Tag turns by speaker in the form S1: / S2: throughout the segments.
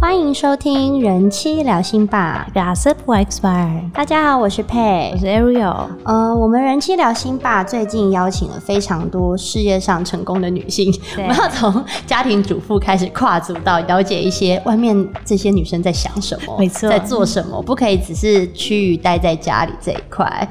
S1: 欢迎收听《人妻聊心吧》，
S2: Gossip Wax Bar，
S1: 大家好，我是佩
S2: 我。是 Ariel。
S1: 呃，我们人气聊心吧最近邀请了非常多事业上成功的女性，我
S2: 对
S1: 们要从家庭主妇开始跨足到了解一些外面这些女生在想什么，
S2: 没错
S1: 哦在做什么，不可以只是趋于待在家里这一块。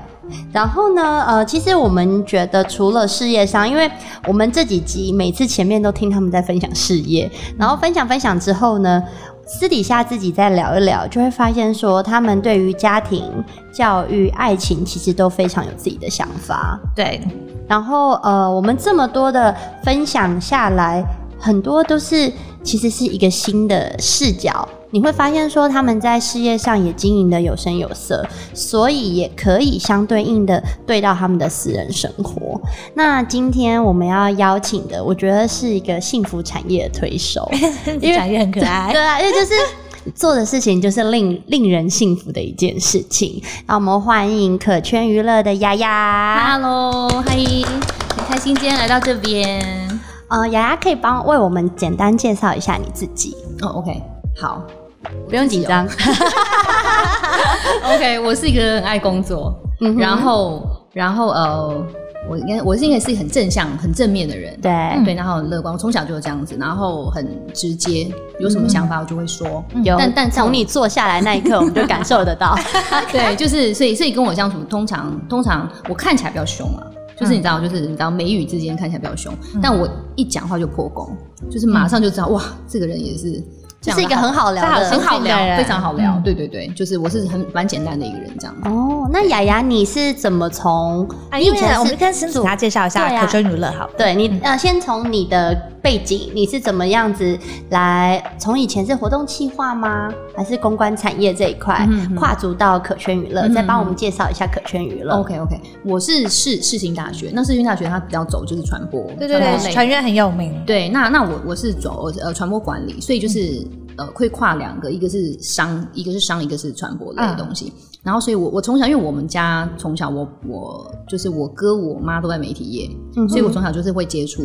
S1: 然后呢，呃，其实我们觉得除了事业上，因为我们这几集每次前面都听他们在分享事业，然后分享分享之后呢，私底下自己再聊一聊，就会发现说他们对于家庭、教育、爱情其实都非常有自己的想法。
S2: 对，
S1: 然后呃，我们这么多的分享下来，很多都是其实是一个新的视角。你会发现说他们在事业上也经营的有声有色，所以也可以相对应的对到他们的私人生活。那今天我们要邀请的，我觉得是一个幸福产业的推手，
S2: 越讲越很可爱
S1: 对。啊，因为就是做的事情就是令令人幸福的一件事情。让我们欢迎可圈娱乐的丫丫。
S3: Hello，嗨，很开心今天来到这边。
S1: 呃，雅雅可以帮为我们简单介绍一下你自己，哦
S3: 哦、o k 好
S1: 不用紧张。
S3: ，OK，我是一个很爱工作，
S1: 嗯哼
S3: 然后，然后呃，我应该我是应该是一个很正向、很正面的人，
S1: 对，嗯
S3: 对，然后很乐观，我从小就是这样子，然后很直接，有什么想
S1: 嗯
S3: 法我就会说，
S1: 有，
S3: 但但
S1: 从你坐下来那一刻，我们就感受得 到。
S3: 对，就是所以所以跟我相处，通常通常我看起来比较凶啊，就是你知
S1: 嗯
S3: 道，就是你知道眉宇之间看起来比较凶，但我一讲话就破功，就是马上就知道、哇，这个人也是。
S1: 这是一个很好聊的
S3: 很好
S1: 很好聊
S3: 聊，非常好聊。
S2: 嗯
S3: 对对对，就是我是很蛮简单的一个人这样。
S1: 哦，那雅雅你是怎么从？你以
S2: 啊因为
S1: 前
S2: 我
S1: 是
S2: 们跟沈子他介绍
S1: 对
S2: 一下
S1: 啊
S2: 可圈娱乐好了，
S1: 对你呃，先从你的背景，你是怎么样子来？从以前是活动企划吗？还是公关产业这一块
S2: 嗯哼
S1: 跨足到可圈娱乐？
S3: 嗯
S1: 再帮我们介绍一下可圈娱乐。
S3: OK OK，我是世世新大学，那世新大学它比较走就是传播，传播类
S2: 传院很有名，
S3: 对，那那我我是走呃传播管理，所以就是、
S1: 嗯
S3: 呃会跨两个，一个是商，一个是商，一个是传播类的东
S1: 嗯
S3: 西。然后，所以我我从小，因为我们家从小我我就是我哥我妈都在媒体业，
S1: 嗯哼嗯
S3: 所以我从小就是会接触。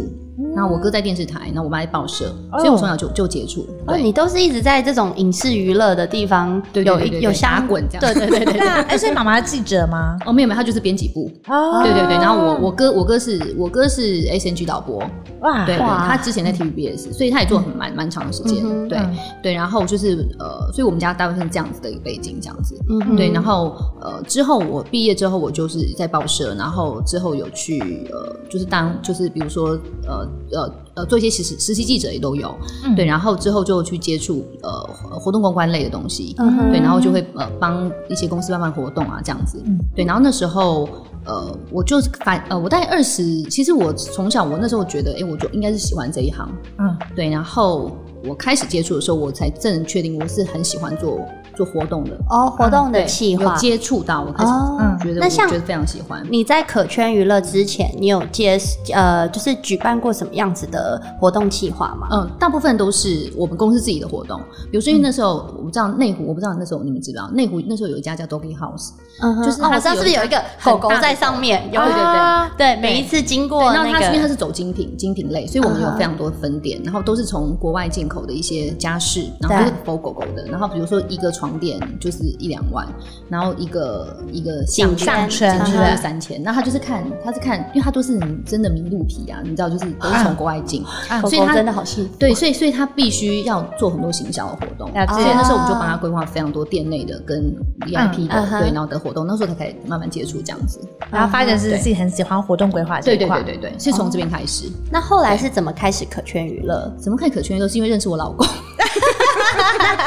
S3: 然后我哥在电视台，然后我妈在报社，
S2: 哦
S3: 所以我从小就就接触。
S1: 哦，
S3: 对
S1: 你都是一直在这种影视娱乐的地方
S3: 对对
S1: 有
S3: 对对对
S1: 有
S3: 对打
S1: 相
S3: 滚这样
S1: 对对对对对
S2: 对啊，哎，所以妈妈是记者吗？
S3: 哦没有没有，他就是编辑部。
S2: 哦
S3: 对对对，然后我我哥我哥是我哥是 S N G 导播，
S2: 哇，
S3: 对对，
S1: 啊哇
S3: 他之前在 TVBS，所以他也做很蛮蛮长的时间
S1: 嗯哼。
S3: 对
S2: 嗯
S3: 对，然后就是呃，所以我们家大部分是这样子的一个背景，这样子。
S1: 嗯哼
S3: 对，然后呃，之后我毕业之后，我就是在报社，然后之后有去呃，就是当就是比如说呃呃呃，做一些实习实习记者也都有，
S2: 嗯
S3: 对，然后之后就去接触呃活动公关类的东西，
S1: 嗯哼
S3: 对，然后就会呃帮一些公司办办活动啊这样子，
S2: 嗯
S3: 对，然后那时候呃我就反呃我大概二十，其实我从小我那时候觉得，哎、我就应该是喜欢这一行，
S2: 嗯
S3: 对，然后我开始接触的时候，我才正确定我是很喜欢做做活动的。
S1: 哦，活动的
S3: 嗯对
S1: 企
S3: 有
S1: 划。
S3: 接触到，我开始
S1: 哦，
S2: 嗯
S3: 觉得
S1: 那
S3: 我
S1: 像
S3: 觉得非常喜欢。
S1: 你在可圈娱乐之前，你有接呃，就是举办过什么样子的活动企划吗？
S3: 嗯，大部分都是我们公司自己的活动，比如说因为
S1: 嗯
S3: 那时候、我不知道内湖，我不知道那时候你们知不知道，内湖那时候有一家叫 Doggy House，
S1: 嗯哼
S3: 就是
S1: 哦，
S3: 它
S1: 我知道
S3: 是
S1: 是不是
S3: 有
S1: 有一个狗狗在上面？有
S3: 对对对，
S1: 对，每一次经
S3: 对，
S1: 过
S3: 那它
S1: 哦那
S3: 是因为它
S1: 个，
S3: 是走精品精品类，所以我们有非常多的分店，然后都是从国外进口的一些家饰，然后都是狗狗狗的，然后比如说一个床垫就是一两万，然后一个一个项
S1: 颈圈
S3: 圈颈
S1: 嗯
S3: 圈就是三千，那它就是看它是看，因为它都是真的麋鹿皮啊，你知道就是都是从国外进，
S2: 啊
S1: 狗
S3: 所以
S1: 狗
S3: 它
S1: 真的好幸福。
S3: 对，所以所以它必须要做很多行销的活动，
S2: 了解
S3: 所以那时候我们就帮他规划非常多店内的跟 VIP 的、
S1: 嗯嗯哼
S3: 对，然后的活动，那时候才开始慢慢接触这样子，
S2: 然后发现是自己很喜欢活动规划这
S3: 对
S2: 一
S3: 对
S2: 块
S3: 哦对，对对，是从这边开始。
S1: 那后来是怎么开始可圈娱 乐？
S3: 怎么看可圈都是因为认识我老公。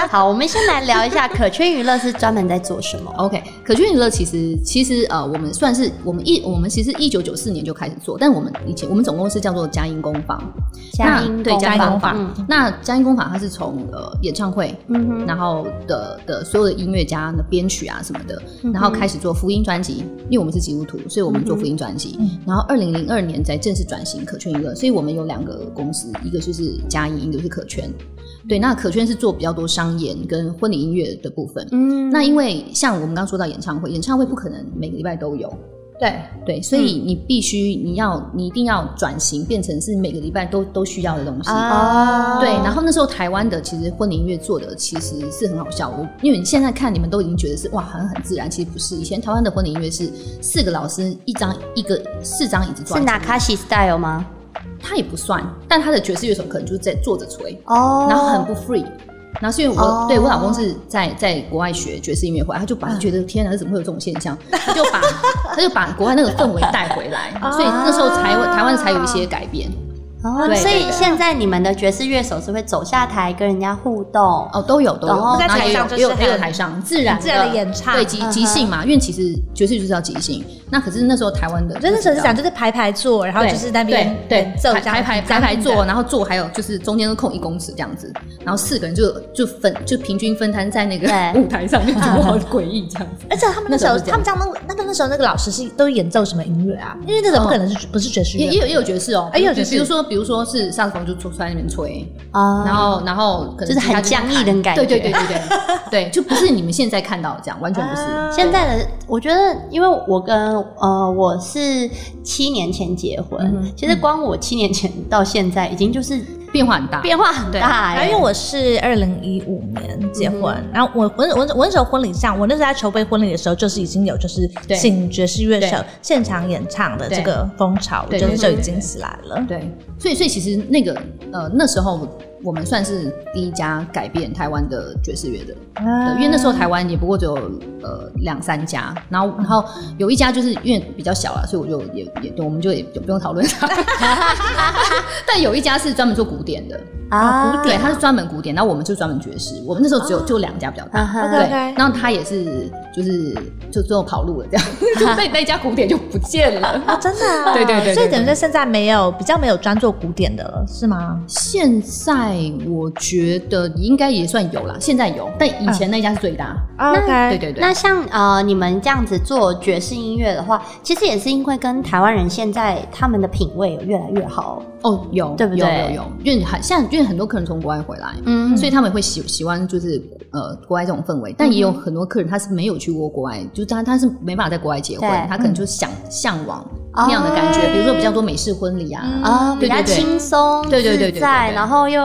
S1: 好，我们先来聊一下可圈娱乐是专门在做什么。
S3: OK，可圈娱乐其实其实呃，我们算是我们一我们其实一九九四年就开始做，但我们以前我们总共是叫做佳音工坊，
S1: 佳音
S3: 那对
S1: 工
S2: 音
S3: 佳音
S2: 工
S3: 工坊。
S1: 坊
S3: 那佳音工坊它是从呃演唱会，
S1: 嗯哼，
S3: 然后的的所有的音乐家的编曲啊什么的，然后开始做福音专辑，因为我们是基督徒，所以我们做福音专辑。
S2: 嗯
S3: 然后二零零二年才正式转型可圈娱乐，所以我们有两个公司，一个就是佳音，一个是可圈。对，那可圈是做比较多商演跟婚礼音乐的部分。
S1: 嗯
S3: 那因为像我们刚刚说到演唱会，演唱会不可能每个礼拜都有，
S2: 对，
S3: 对，所以你必须你要你一定要转型，变成是每个礼拜都都需要的东西。
S1: 啊，
S3: 对，然后那时候台湾的其实婚礼音乐做的其实是很好笑，我因为你现在看你们都已经觉得是哇，好像很自然，其实不是。以前台湾的婚礼音乐是四个老师一张一个四张椅子坐
S1: 是
S3: 在一起，
S1: Nakashi style 吗？
S3: 他也不算，但他的爵士乐手可能就是在坐着吹，
S1: 哦
S3: 然后很不 free。然后是因为我、
S1: 哦
S3: 对我老公是在在国外学爵士音乐会，他就
S2: 嗯
S3: 把他觉得天哪，怎么会有这种现象？他就把他就把国外那个氛围带回来，
S2: 啊
S3: 所以那时候台湾台湾才有一些改变。
S1: 哦，
S3: 对
S1: 所
S3: 对
S1: 以
S3: 对
S1: 现在你们的爵士乐手是会走下台跟人家互动，
S3: 哦，都有都有，
S1: 然后
S3: 然后
S2: 在台
S3: 也有
S2: 上就是
S3: 也有也有
S2: 很
S3: 台上自然
S2: 自然的演唱
S3: 对即
S1: 嗯哼
S3: 即兴嘛，因为其实爵士就是要即兴。那可是那时候台湾的，
S2: 我觉得那时候是讲就是排排坐，然后
S3: 对
S2: 就是那边
S3: 对
S2: 演
S3: 对
S2: 奏
S3: 排
S2: 这样
S3: 排排
S2: 子
S3: 排排坐，
S2: 这样子
S3: 然后坐还有就是中间都空一公尺这样子，然后四个人就就分就平均分摊在那个
S1: 对
S3: 舞台上面，就好诡异这样子。
S2: 嗯而且他们那时候
S3: 那时候是这
S2: 他
S3: 样
S2: 们这样那个那个那时候那个老师是都演奏什么音乐啊？因为那时候不可能是不是爵士
S3: 也
S2: 乐
S3: 也，有也有爵士哦，
S2: 哎也有爵士嗯
S3: 比如说比如说是萨克斯风就坐在那边吹，
S1: 啊
S3: 然后然后可
S1: 就
S3: 能
S1: 是很
S3: 吉他弹
S1: 僵硬的感觉
S3: 对对对对 对对，就不是你们现在看到的这样，完全不是。
S2: 啊
S1: 现在的我觉得，因为我跟呃我是七年前结婚，
S3: 嗯哼
S1: 其实光我七年前到现在已经就是
S3: 变化很大，
S1: 变化很
S3: 哎
S1: 大、
S2: 然后
S1: 欸，
S2: 因为我是二零一五年结婚，
S3: 嗯
S2: 然后我我我我那时候婚礼上，我那时候在筹备婚礼的时候，就是已经有就是
S3: 对
S2: 请爵士乐手
S3: 对
S2: 现场演唱的这个风潮，我
S3: 对
S2: 觉得
S3: 对
S2: 那时候已
S3: 对
S2: 经
S3: 对
S2: 起来了。
S3: 对，所以所以其实那个呃那时候我们算是第一家改变台湾的爵士乐的，
S2: 啊
S3: 对因为那时候台湾也不过只有呃两三家，然后然后有一家就是因为比较小啊，所以我就也也我们就也就不用讨论它。 但有一家是专门做古典的，
S1: 啊
S3: 古典它哦是专门古典，然后我们就专门爵士。我们那时候只有、就两家比较大，
S1: 啊哈
S3: 对
S2: OK，OK
S3: 然后他也是就是就最后跑路了，这样 就那那家古典就不见了。
S2: 啊，真的、啊，
S3: 对对对对
S2: 所以等于说现在没有比较没有专做古典的了，是吗？
S3: 现在我觉得应该也算有啦，现在有，但以前那家是最大。
S2: 啊 OK
S3: 对对对，
S1: 那像呃，你们这样子做爵士音乐的话，其实也是因为跟台湾人现在他们的品味有越来越好，
S3: 哦有，
S1: 对不对
S3: 有有有，因为很现在因为很多客人从国外回来，
S1: 嗯
S3: 所以他们会喜喜欢就是呃国外这种氛围，但也有很多客人他是没有去过国外，就是他他是没办法在国外结婚
S1: 对，
S3: 他可能就想向往那样的感觉，
S1: 哦
S3: 比如说比较多美式婚礼啊，
S1: 啊、比
S3: 对
S1: 较
S3: 对对
S1: 轻松
S3: 对对对对
S1: 自
S3: 对
S1: 在，
S3: 对
S1: 然后又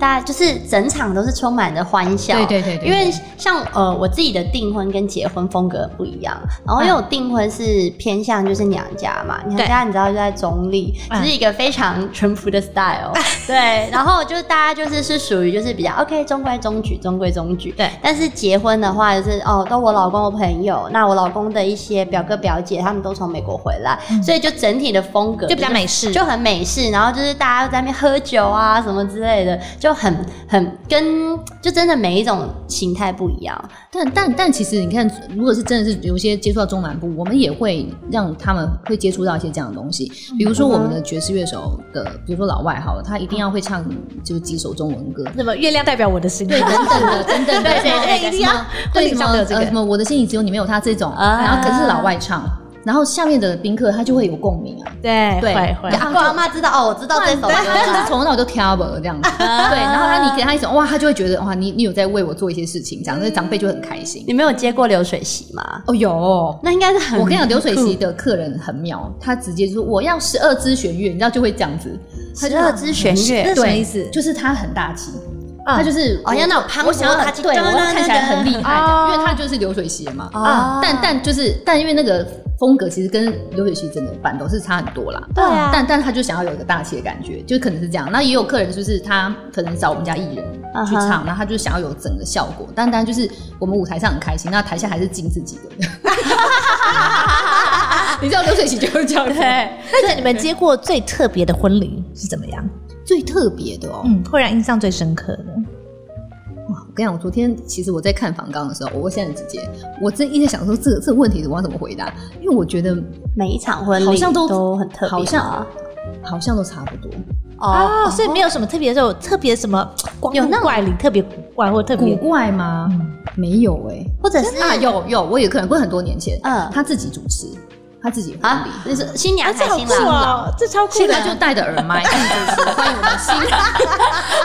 S1: 大家就是整场都是充满着欢笑。
S3: 对对对对
S1: 因为像呃我自己的订婚跟结婚风格不一样，然后因为我订婚是偏向就是娘家嘛，
S3: 嗯
S1: 娘家你知道就在中立，
S2: 嗯
S1: 就是一个非常淳朴的 style，、对，
S3: 嗯
S1: 然后就是大家就是是属于就是比较 OK 中规中矩，中规中矩。
S2: 对
S1: 但是结婚的话，就是哦，都我老公的朋友，那我老公的一些表哥表姐他们都从美国回来，
S3: 嗯
S1: 所以就整体的风格
S2: 就比较
S1: 是
S2: 美式
S1: 就很美式，然后就是大家在那边喝酒啊什么之类的，就很很跟就真的每一种形态不一样。
S3: 但但但其实你看，如果是真的是有些接触到中南部，我们也会让他们会接触到一些这样的东西，比如说我们的爵士乐手的，比如说老外好了，他一定要会唱就是几首中文歌。
S2: 那么月亮代表我的心，
S3: 对，等等的，等等的，
S2: 对对对
S3: 什么
S2: 哎一定要婚
S3: 对
S2: 礼
S3: 什
S2: 上
S3: 么
S2: 都有这个
S3: 呃什么，我的心里只有你没有他这种，
S1: 啊
S3: 然后可是老外唱，然后下面的宾客他就会有共鸣啊，
S2: 对
S3: 对
S2: 会会
S3: 对
S1: 阿公阿妈知道哦，我知道这首
S3: 对，
S1: 歌。
S3: 他就是从头到尾都 cover 这样 子，对，
S2: 啊
S3: 然后他你给他一首，哇，他就会觉得哇，你你有在为我做一些事情，
S2: 嗯
S3: 这样，那长辈就会很开心
S1: 你。没有接过流水席吗？
S3: 哦，有，
S1: 那应该是很
S3: 我跟你讲，流水席的客人很妙，他直接就说我要十二支弦乐，你知道就会这样子，他
S1: 十
S3: 就
S1: 二支弦
S2: 那
S1: 乐，
S2: 什么意思
S3: 就是他很大气，
S2: 嗯
S3: 啊他就是
S1: 哦要那种磅礴
S3: 我想要
S1: 大气
S3: 对，我要看起来很厉害这
S2: 哦
S3: 样，因为他就是流水席嘛。
S1: 啊
S3: 但但就是但因为那个风格其实跟流水席真的版都是差很多啦。
S1: 对啊
S3: 但但他就想要有一个大气的感觉，就可能是这样。那也有客人就是他可能找我们家艺人去
S1: 嗯
S3: 唱，然后他就想要有整个效果。但当然就是我们舞台上很开心，那台下还是尽自己的。 你知道流水席就是这样子。
S2: 那你们接过最特别的婚礼是怎么样？
S3: 最特别的哦，
S2: 嗯，会让印象最深刻的，
S3: 我跟你讲，我昨天其实我在看访纲的时候，我现在直接，我真一直在想说这个这个问题我要怎么回答，因为我觉得
S1: 每一场婚礼
S3: 好像都
S1: 都很特别吗，
S3: 好像好像都差不多。
S2: 哦，所以没有什么特别的，有特别什么光
S1: 有
S2: 有
S1: 那
S2: 那怪里特别古怪或特
S3: 古
S2: 别
S3: 怪吗？没有哎、啊
S1: 或者是
S3: 啊，有有，我有客人，不过很多年前，
S1: 嗯
S3: 他自己主持，他他自己婚
S1: 啊
S3: 礼。，
S1: 你 是新娘还
S2: 这
S1: 是
S2: 好
S1: 新
S2: 酷
S1: 郎？
S2: 哦，这超酷
S3: 新
S2: 的
S3: 来。就戴着耳麦，按着说欢迎我们 新人，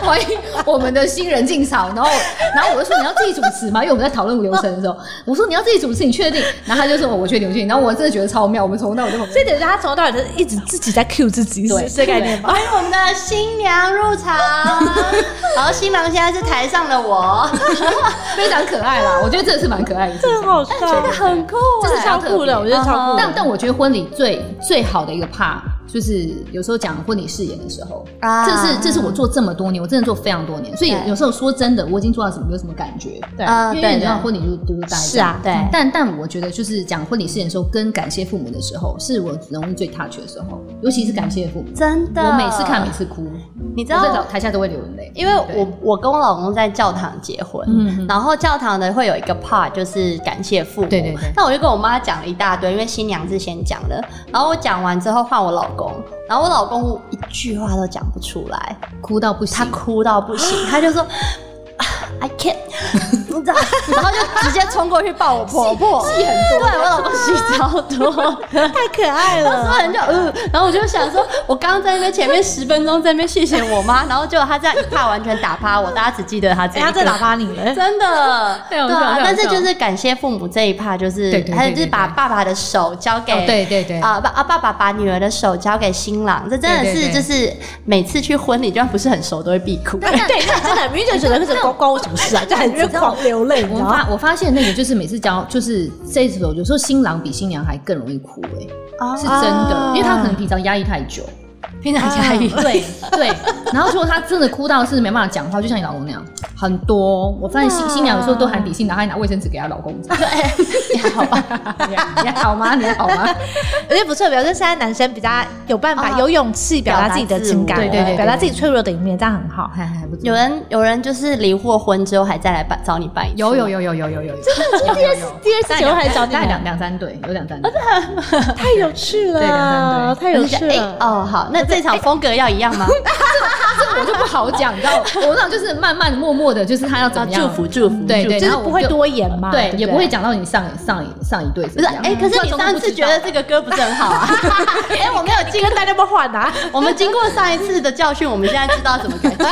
S3: 欢迎我们的新人进场。然后，然后我就说你要自己主持吗？因为我们在讨论流程的时候，我说你要自己主持，你确定？然后他就说哦我确定，我确定。然后我真的觉得超妙，我们从头到尾都没有
S2: 这点是他从头到尾就是一直自己在 cue 自己，
S3: 对
S2: 是这概念吧？
S1: 欢迎我们的新娘入场。然后新郎现在是台上的我，
S3: 非常可爱 啦。我觉得真的是蛮可爱的。
S2: 这很好笑，这个很酷，这是超酷的，我觉得
S1: 嗯
S2: 超酷
S3: 但
S2: 的。
S3: 但我觉得婚礼最最好的一个 part 就是有时候讲婚礼誓言的时候，
S1: 啊
S3: 这是这是我做这么多年，我真的做非常多年，所以
S1: 对
S3: 有时候说真的，我已经做到什么有什么感觉，
S2: 对
S1: 啊
S3: 因为
S1: 对
S3: 你知道
S1: 对
S3: 婚礼就是就是大家
S2: 是啊
S1: 对
S3: 但但我觉得就是讲婚礼誓言的时候，跟感谢父母的时候，是我容易最 touch 的时候，尤其是感谢父母，
S1: 真的。
S3: 我每次看每次哭，
S1: 你知
S3: 我在
S1: 道
S3: 台下都会流眼泪，
S1: 因为
S3: 对
S1: 我我跟我老公在教堂结婚，
S2: 嗯
S1: 然后教堂的会有一个 part 就是感谢父母，
S3: 对对对
S1: 那我就跟我妈讲了一大堆，因为新娘是先讲的，然后我讲完之后换我老公，然后我老公一句话都讲不出来，
S3: 哭到不
S1: 他
S3: 行。
S1: 哭到不行，他就说。I can't，你 知道然后就直接冲过去抱我婆婆，戏很多， 对我老公戏超多，
S2: 太可爱
S1: 那时候
S2: 了，
S1: 人就嗯，然后我就想说，我刚刚在那边前面十分钟在那边谢谢我妈，然后结果她这样一趴完全打趴我，大家只记得她这
S3: 哎
S2: 人
S1: 一
S2: 家在
S1: 个
S2: 打发你了。
S1: 真 的，
S3: 太好笑
S1: 啊
S3: 太好笑
S1: 但是就是感谢父母这一趴，就是
S3: 对对对
S1: 还有就是
S3: 对对
S1: 把爸爸的手交给、
S3: 哦对对对
S1: 啊爸啊爸爸把女儿的手交给新郎，这真的
S3: 对对
S1: 是
S3: 对
S1: 就是每次去婚礼，就算不是很熟都会必哭。
S2: 对，那真的，明明就觉得是关关我什么事啊，就很狂流泪，你
S3: 我
S2: 知道吗？
S3: 发我发现那个就是每次教就是这时候有时候新郎比新娘还更容易哭哎、
S1: 啊
S3: 是真的，因为他可能平常压抑太久，
S1: 平常家里
S3: 对对， 然后如果他真的哭到是没办法讲话，就像你老公那样，很多我发现新新娘有时候都还比新郎还拿卫生纸给她老公，
S1: 对， 好吧，
S3: 你还你还好吗？你还好吗？
S2: 而且不错，表示现在男生比较有办法、
S1: 啊
S2: 有勇气表达自己的情感，
S1: 表
S3: 达自我对对对对
S2: 表达自己脆弱的一面，这样很好。
S3: 还哎还不错
S1: 有人有人就是离过婚之后还再来办找你办一次，
S3: 有有有有有有有，真的有有有。
S2: 第二次
S3: 大概
S2: 结婚还找你
S3: 大概两
S2: 们，
S3: 两三对，有两三对，
S2: 太有趣
S3: 对两
S2: 了，
S3: 两对
S2: 太有
S1: 就
S2: 趣
S1: 是哎、
S2: 了。
S3: 啊
S1: 哦好，那这
S3: 哎
S1: 场风格要一 样吗？
S3: 这我就不好讲，你知道吗，我那种就是慢慢默默的，就是他要怎
S1: 啊
S3: 么样
S1: 祝，福祝福，
S3: 对
S1: 祝
S3: 对，
S2: 就是
S3: 然后我
S2: 不会多言嘛，
S3: 啊对，
S2: 不
S3: 也不会讲到你上上一上一对啊
S1: 不
S3: 怎
S1: 是，
S3: 么样。
S1: 哎、 可是你上次觉得这个歌不是很好啊？ 哎、我 没有经
S2: 这个大家不换啊，
S1: 我们经过上一次的教训，我们现在知道怎么改进。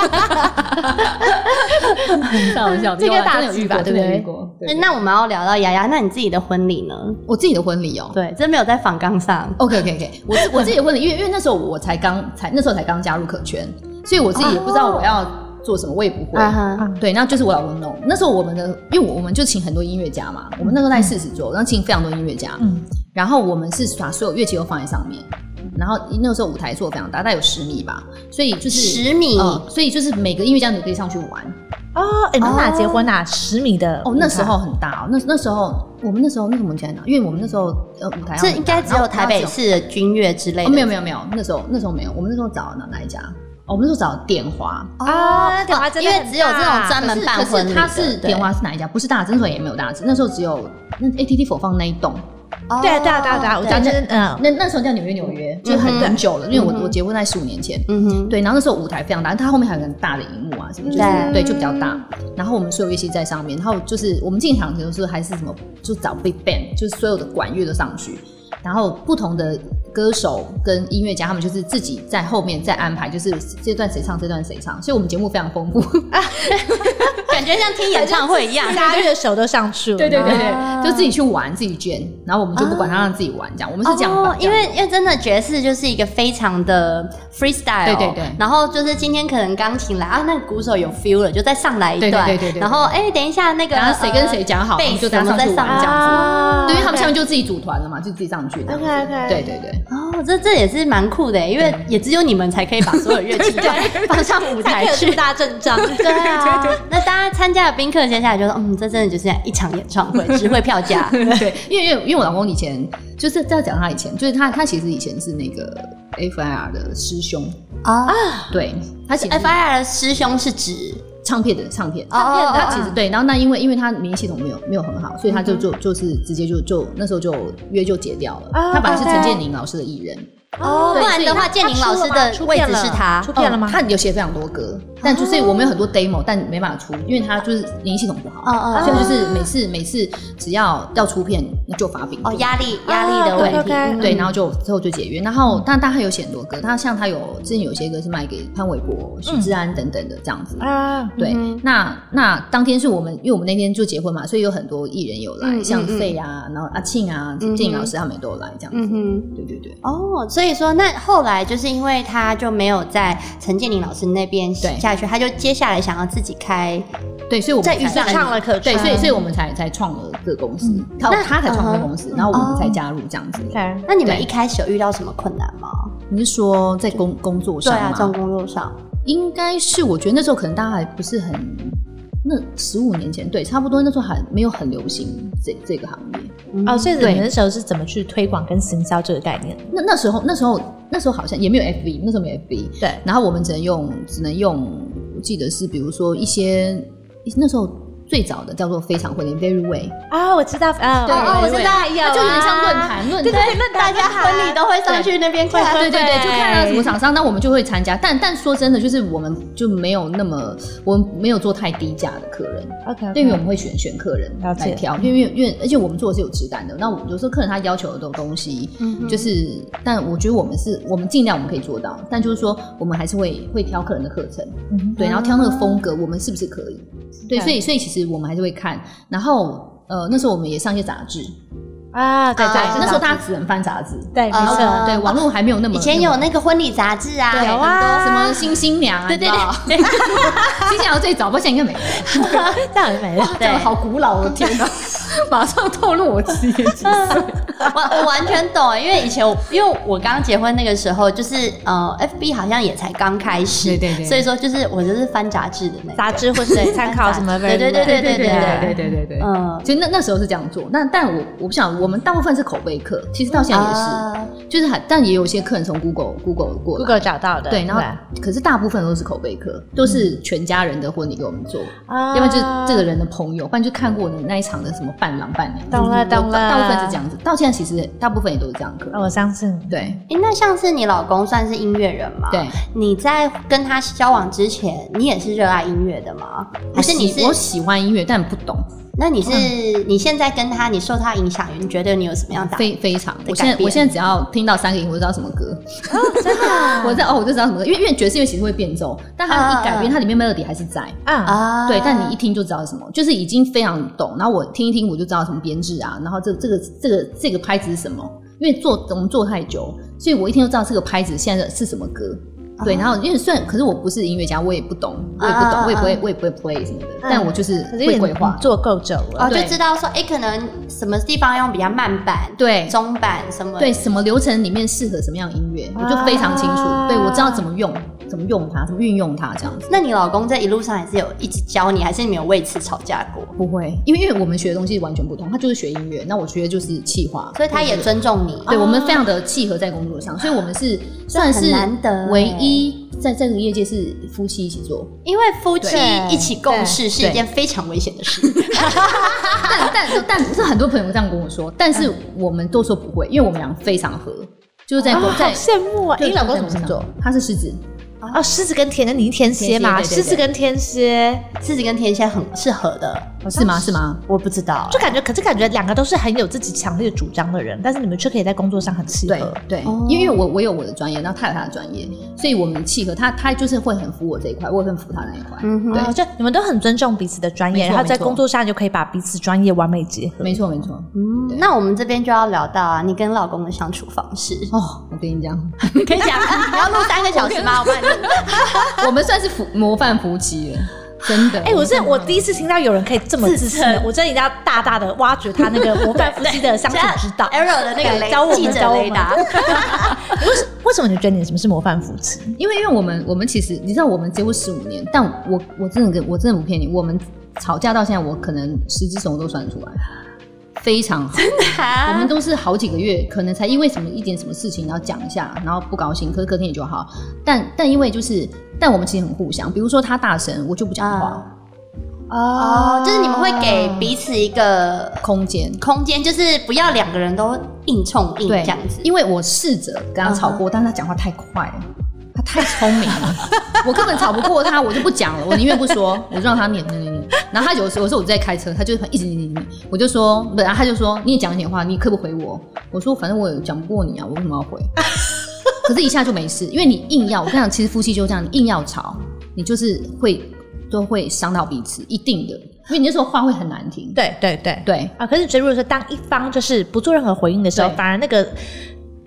S3: 开玩笑，
S2: 这个
S3: 有啊
S2: 打
S3: 真的有
S2: 击
S3: 遇
S2: 吧
S3: 过，
S2: 对
S3: 真
S2: 不
S3: 的
S2: 对
S3: 遇过。对
S1: 那我们要聊到雅雅，那你自己的婚礼呢？
S3: 我自己的婚礼哦，
S1: 对，这没有在访纲上。
S3: OK OK OK，我自我自己的婚礼，因为因为那时候我才刚才那时候才刚加入可圈，所以我自己也不知道我要做什么，我也不会。
S1: 啊哈，
S3: 对，那就是我老公弄。那时候我们的，因为我我们就请很多音乐家嘛，我们那时候在四十桌，然后请非常多音乐家，
S2: 嗯，
S3: 然后我们是把所有乐器都放在上面，然后那时候舞台做得非常大，大概有十米吧，所以就是
S1: 十米
S3: 嗯所以就是每个音乐家你都可以上去玩。
S2: 哦，哎，你们哪结婚啊？十米的
S3: 哦，那时候很大哦，那那时候我们那时候那个我们在哪？因为我们那时候呃舞台要
S1: 这
S3: 很
S1: 应
S3: 大
S1: 该只有台北。
S3: 然后然后
S1: 市的军乐之类
S3: 哦，
S1: 的。
S3: 没有没有没有，那时候那时候没有，我们那时候找哪哪一家？哦，我们那时候找点华，
S2: 啊，那电话真
S1: 哦因
S2: 的
S1: 为
S2: 很
S1: 只有这种
S2: 大
S1: 专
S3: 可
S1: 门
S3: 是
S1: 办
S3: 可
S1: 婚礼
S3: 是
S1: 的
S3: 它是点华是哪一家？不是大直，那时候也没有大直，那时候只有那 ATT 否放那一栋。
S1: 哦
S2: 对啊对啊对啊对啊，我知道就是嗯，
S3: 那那时候叫纽约纽约，就
S1: 嗯
S3: 很
S1: 哼
S3: 很久了，因为我
S1: 嗯哼
S3: 我结婚在十五年前。
S1: 嗯哼，
S3: 对，然后那时候舞台非常大，它后面还有很大的荧幕啊，什么就是
S1: 对
S3: 对就比较大。然后我们所有乐器在上面，然后就是我们进场的时候是还是什么，就找 big band，就是所有的管乐都上去，然后不同的歌手跟音乐家他们就是自己在后面再安排，就是这段谁唱这段谁唱，所以我们节目非常丰富。
S1: 感觉像听演唱会一样。
S2: 大家乐手都上去了，
S3: 对对对
S1: 啊
S3: 对，就自己去玩自己捐，然后我们就不管他让自己玩这样，我们是这样
S1: 哦
S3: 吧，
S1: 因为因为真的爵士就是一个非常的 freestyle，
S3: 对对对
S1: 然后就是今天可能钢琴来啊，那个鼓手有 feel 了，就再上来一段，
S3: 对对对对对
S1: 然后哎、等一下那个呃
S3: 然后谁跟谁讲好，我
S1: 贝
S3: 们就
S1: 斯
S3: 大家上
S1: 再
S3: 去
S1: 上
S3: 玩这样子。
S2: 啊，
S3: 对，因为他们下面就自己组团了嘛，就自己上去这样子。
S2: OK OK，
S3: 对对对。
S1: 哦，这这也是蛮酷的，因为也只有你们才可以把所有乐 器放放上舞
S2: 才
S1: 台
S2: 可以
S1: 去
S2: 出。大阵仗，
S1: 对啊，那大家参加的宾客接下来就说，嗯，这真的就是一场演唱会，只会票 价。
S3: 对，因为因为因为我老公以前就是在讲他以前，就是他他其实以前是那个 FIR 的师兄，
S1: 啊
S3: 对他其实是
S1: ，FIR 的师兄是指
S3: 唱片的唱片，
S1: 哦哦哦嗯
S3: 他其实对，然后那因为因为他免疫系统没有没有很好，所以他就就就是直接就就那时候就约就解掉了。
S2: 哦
S3: 他本来是
S2: OK
S3: 陈建宁老师的艺人，
S1: 哦，不
S3: 对
S1: 然的话，建宁老师的位置是他
S2: 出片了吗？
S3: 哦他有写非常多歌，但就所以我们有很多 demo，但没办法出，因为它就是免疫系统不好，
S1: 哦哦
S3: 所以就是每次每次只要要出片那就发病
S1: 哦，压力压力的
S2: 啊
S1: 问题，
S2: ，OK，OK
S3: 对，然后就最后就解约。然
S1: 嗯
S3: 后，但但他有写很多歌，他像他有之前有些歌是卖给潘玮柏、许志安等等的这样子。
S2: 啊，
S3: 对
S1: 嗯哼，
S3: 那那当天是我们，因为我们那天就结婚嘛，所以有很多艺人有来，
S1: 嗯嗯
S3: 像费啊，然后阿庆啊，
S1: 嗯哼
S3: 电影老师他们也都有来这样
S1: 嗯
S3: 子。
S1: 哼，
S3: 对对对，
S1: 哦，所以说那后来就是因为他就没有在陈建林老师那边
S3: 对
S1: 下去，他就接下来想要自己开，
S3: 对，所以我们
S1: 在雨
S3: 才
S1: 伞
S2: 上了可
S3: 对，
S2: 唱
S3: 所以所以我们才才创了这个公司，他
S1: 嗯那
S3: 他才创了公司，然后我
S1: 哦
S3: 们才加入这样子。
S2: OK，
S1: 那你们
S3: 对
S1: 一开始有遇到什么困难吗？
S3: 你是说在工工作
S1: 对
S3: 上
S1: 啊，
S3: 吗
S1: 这种工作上，
S3: 应该是我觉得那时候可能大家还不是很，那十五年前对，差不多那时候还没有很流行这这个行业。
S1: 嗯
S2: 哦，所以你
S3: 对
S2: 们那时候是怎么去推广跟行销这个概念？
S3: 那那时候那时候那时候好像也没有 FB，那时候没有 FB，
S2: 对
S3: 然后我们只能用只能用，我记得是比如说一些那时候最早的叫做非常会的 Very Way，
S2: 啊，我知道，啊，
S3: 对
S2: 哦，我
S3: 对
S2: 知道，有啊，
S3: 就有点像论坛论
S2: 对对
S3: 坛
S2: 对，。论
S1: 大
S2: 坛
S1: 家婚礼都会上去那边看，
S3: 对对对，就看到什么
S2: 对
S3: 厂商，那我们就会参加。但但说真的，就是我们就没有那么，我们没有做太低价的客人。
S2: OK，
S3: 对，因为我们会选选客人
S2: 了
S3: 来
S2: 解
S3: 挑，因为因为而且我们做的是有质感的。那我有时候客人他要求的东西，就是，但我觉得我们是我们尽量我们可以做到，但就是说我们还是会会挑客人的课程，嗯对，然后挑那个风格，我们是不是可以？哦对，
S2: 对
S3: 所以所以其实我们还是会看，然后。呃，那时候我们也上一些杂志，
S2: 啊，对
S1: 啊
S2: 对，
S3: 那时候哦大家只能翻哦杂志，
S2: 对，没
S1: 啊
S2: 错，
S1: 呃
S3: 对，网络还没有那么
S1: 以前有那个婚礼杂志啊，
S3: 对
S2: 有啊
S3: 很多什么新新娘啊，
S2: 对对对
S3: 对，新新娘最早，不过现在应该没有，
S2: 这样也没了。
S1: 对
S3: 讲的好古老，我的天哪， 马上透露我自己的几岁。
S1: 我我完全懂，因为以前我因为我刚结婚那个时候，就是呃，FB 好像也才刚开始，
S3: 对对对
S1: 所以说就是我就是翻杂志的那个，
S2: 杂志或是参考什么
S1: 对对对对对对
S3: 对对对对。
S1: 嗯，
S3: 其实那那时候是这样做，那但我我不想，我们大部分是口碑课，其实到现在也是，
S1: 啊
S3: 就是还但也有一些客人从 Google Google 过来
S2: Google 找到的，
S3: 对，然后可是大部分都是口碑课，都是全家人的婚礼给我们做，
S1: 嗯
S2: 啊
S3: 要不然就是这个人的朋友，不然就看过我的那一场的什么伴郎伴娘，
S2: 懂了
S3: 就是
S2: 懂了
S3: 嗯大大部分是这样子，到现在其实大部分也都是这样课，
S1: 嗯
S2: 啊我相信，
S3: 对
S1: 诶那像是你老公算是音乐人吗？
S3: 对，。
S1: 你在跟他交往之前，你也是热爱音乐的吗？还是你
S3: 我
S1: 是
S3: 喜？我喜欢音乐，但不懂，
S1: 那你是、你现在跟他，你受他影响，你觉得你有什么样的打？
S3: 非非常。我现
S1: 改
S3: 在
S1: 变
S3: 我现在只要听到三个音，我就知道什么歌。
S2: 真
S1: 嗯
S2: 的
S3: 我知道哦，我就知道什么歌，因为因为爵士乐其实会变奏，但它一改
S1: 嗯
S3: 编，它里面 melody 还是在。
S2: 啊，
S1: 啊
S3: 对，但你一听就知道是什么，就是已经非常懂。然后我听一听，我就知道什么编制啊，然后这这个这个这个拍子是什么，因为做我们做太久，所以我一听就知道这个拍子现在是什么歌。对，然后因为虽然可是我不是音乐家，我也不懂，我也不
S1: 啊啊啊
S3: 懂，我也不
S1: 啊嗯
S3: 会，我也不会 play 什么的，但我就是
S2: 可是
S3: 会啊
S2: 也
S3: 规划。
S2: 做够久
S1: 哦，
S2: 了，
S1: 就
S3: 对
S1: 知道说，哎、可能什么地方用比较慢版、
S3: 对，
S1: 中版什么？
S3: 对什么流程里面适合什么样的音乐，我就非常清楚。
S2: 啊
S3: 对我知道怎么用，怎么用它，怎么运用它，这样子
S1: 那你老公在一路上还是有一直教你，还是你们有为此吵架过？
S3: 不会，因为因为我们学的东西完全不同，他就是学音乐，那我学的就是气化，
S1: 所以他也
S3: 对
S1: 尊重你。
S3: 对
S2: 哦
S3: 我们非常的契合在工作上，所以我们是算
S1: 很
S3: 是
S1: 难得欸
S3: 唯一在在这个业界是夫妻一起做，
S1: 因为夫妻
S2: 对
S1: 一起共事是一件非常危险的事。
S3: 但但但是很多朋友这样跟我说，但
S2: 嗯
S3: 是我们都说不会，因为我们俩非常合，就是在
S2: 啊好
S3: 在。
S2: 羡慕啊！
S3: 对
S2: 你老公什么星座？？
S3: 他是狮子，
S2: 哦，狮子跟天，那你是天蝎嘛？
S3: 天蝎对对
S2: 狮子跟天蝎，
S1: 狮子跟天蝎很适合的，
S2: 哦
S3: 是吗？是吗？
S1: 我不知道
S2: 就。感觉，可是感觉两个都是很有自己强烈主张的人，但是你们却可以在工作上很契
S3: 对
S2: 合。
S3: 对
S1: 哦，
S3: 因为我我有我的专业，然后他有他的专业，所以我们契合。他他就是会很服我这一块，我也很服他那一块。
S1: 嗯哼
S3: 对
S2: 哦，就你们都很尊重彼此的专业，
S3: 没错
S2: 然后在
S3: 没错
S2: 工作上就可以把彼此专业完美结合。
S3: 没错没错。
S1: 嗯，那我们这边就要聊到啊，你跟老公的相处方式，
S3: 哦，我跟你讲，
S1: 可以讲，你要录三个小时 吗？我帮你录。。
S3: 我们算是夫模范夫妻了，真的。
S2: 哎、我是我第一次听到有人可以这么自称的，我真的一定要大大的挖掘他那个模范夫妻的相处之 道
S1: Error 的那个雷
S2: 教我们
S1: 记者
S2: 教我们
S1: 雷达，
S2: 为什为什么你觉得你什么是模范夫妻？
S3: 因为因为我们我们其实你知道我们结婚十五年，但我我真的跟我真的不骗你，我们吵架到现在，我可能十只手都算得出来，非常好。
S1: 啊
S3: 我 们都是好几个月，可能才因为什么一点什么事情，然后讲一下，然后不高兴，可是隔天也就好。但但因为就是，但我们其实很互相，比如说他大声，我就不讲话，
S1: 哦，就是你们会给彼此一个
S3: 空间。
S1: 空间，就是不要两个人都硬冲硬这
S3: 对
S1: 样子，。
S3: 嗯因为我试着跟他吵过，但他讲话太快了，他太聪明了， 我根本吵不过他，我就不讲了，我宁愿不说，我就让他念念念念。然后他有时候，有时候我在开车，他就一直念念念，我就说，不，然后他就说你也讲一点话，你可不回我？我说反正我也讲不过你啊，我为什么要回？ 可是，一下就没事，因为你硬要，我跟你讲，其实夫妻就这样，你硬要吵，你就是会都会伤到彼此，一定的，因为你那时候话会很难听。
S2: 对对对
S3: 对
S2: 啊！可是所以如果说当一方就是不做任何回应的时候，
S3: 对
S2: 反而那个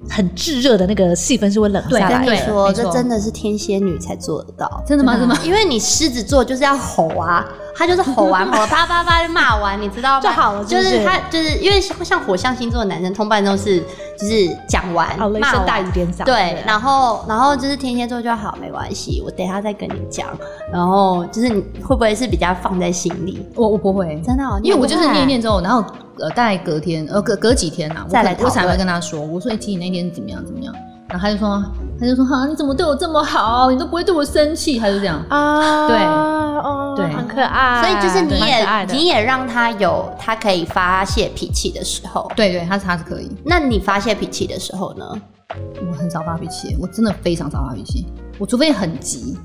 S2: 很炙热的那个气氛是会冷下
S1: 我
S2: 来
S1: 跟
S2: 的
S1: 你
S3: 对
S1: 说，
S3: 没
S1: 这
S3: 错
S1: 真的是天蝎女才做得到。
S3: 真的啊吗？真的吗？
S1: 因为你狮子座就是要吼啊，他就是吼完吼了啪啪啪就骂完，你知道吗？
S2: 就好了
S1: 就是
S2: 不是
S1: 他就是因为像像火象星座的男生，通半都是就是讲完
S2: 哦，雷
S1: 骂
S2: 声
S1: 完
S2: 大雨点小。
S1: 对，然后然后就是天蝎座就好，没关系，我等一下再跟你讲。然后就是你会不会是比较放在心里？
S3: 我我不会，
S1: 真的哦、
S3: 因为我就是念一
S1: 你
S3: 念之后，然后呃，大概隔天呃隔隔几天啊，我
S1: 再
S3: 可
S1: 来讨
S3: 我
S1: 论
S3: 才会跟他说，我说哎，其实你那天怎么样怎么样，然后他就说他就说哈、你怎么对我这么好，你都不会对我生气，他就这样。
S2: 啊，
S3: 对
S2: 哦，
S3: 对
S2: 很可
S1: 很爱，
S2: 爱。
S1: 所以就是你
S2: 蛮可爱
S1: 也
S2: 的
S1: 你也让他有他可以发泄脾气的时候。
S3: 对对，他他是可以，
S1: 那你发泄脾气的时候呢？
S3: 我很少发脾气，我真的非常少发脾气，我除非很急，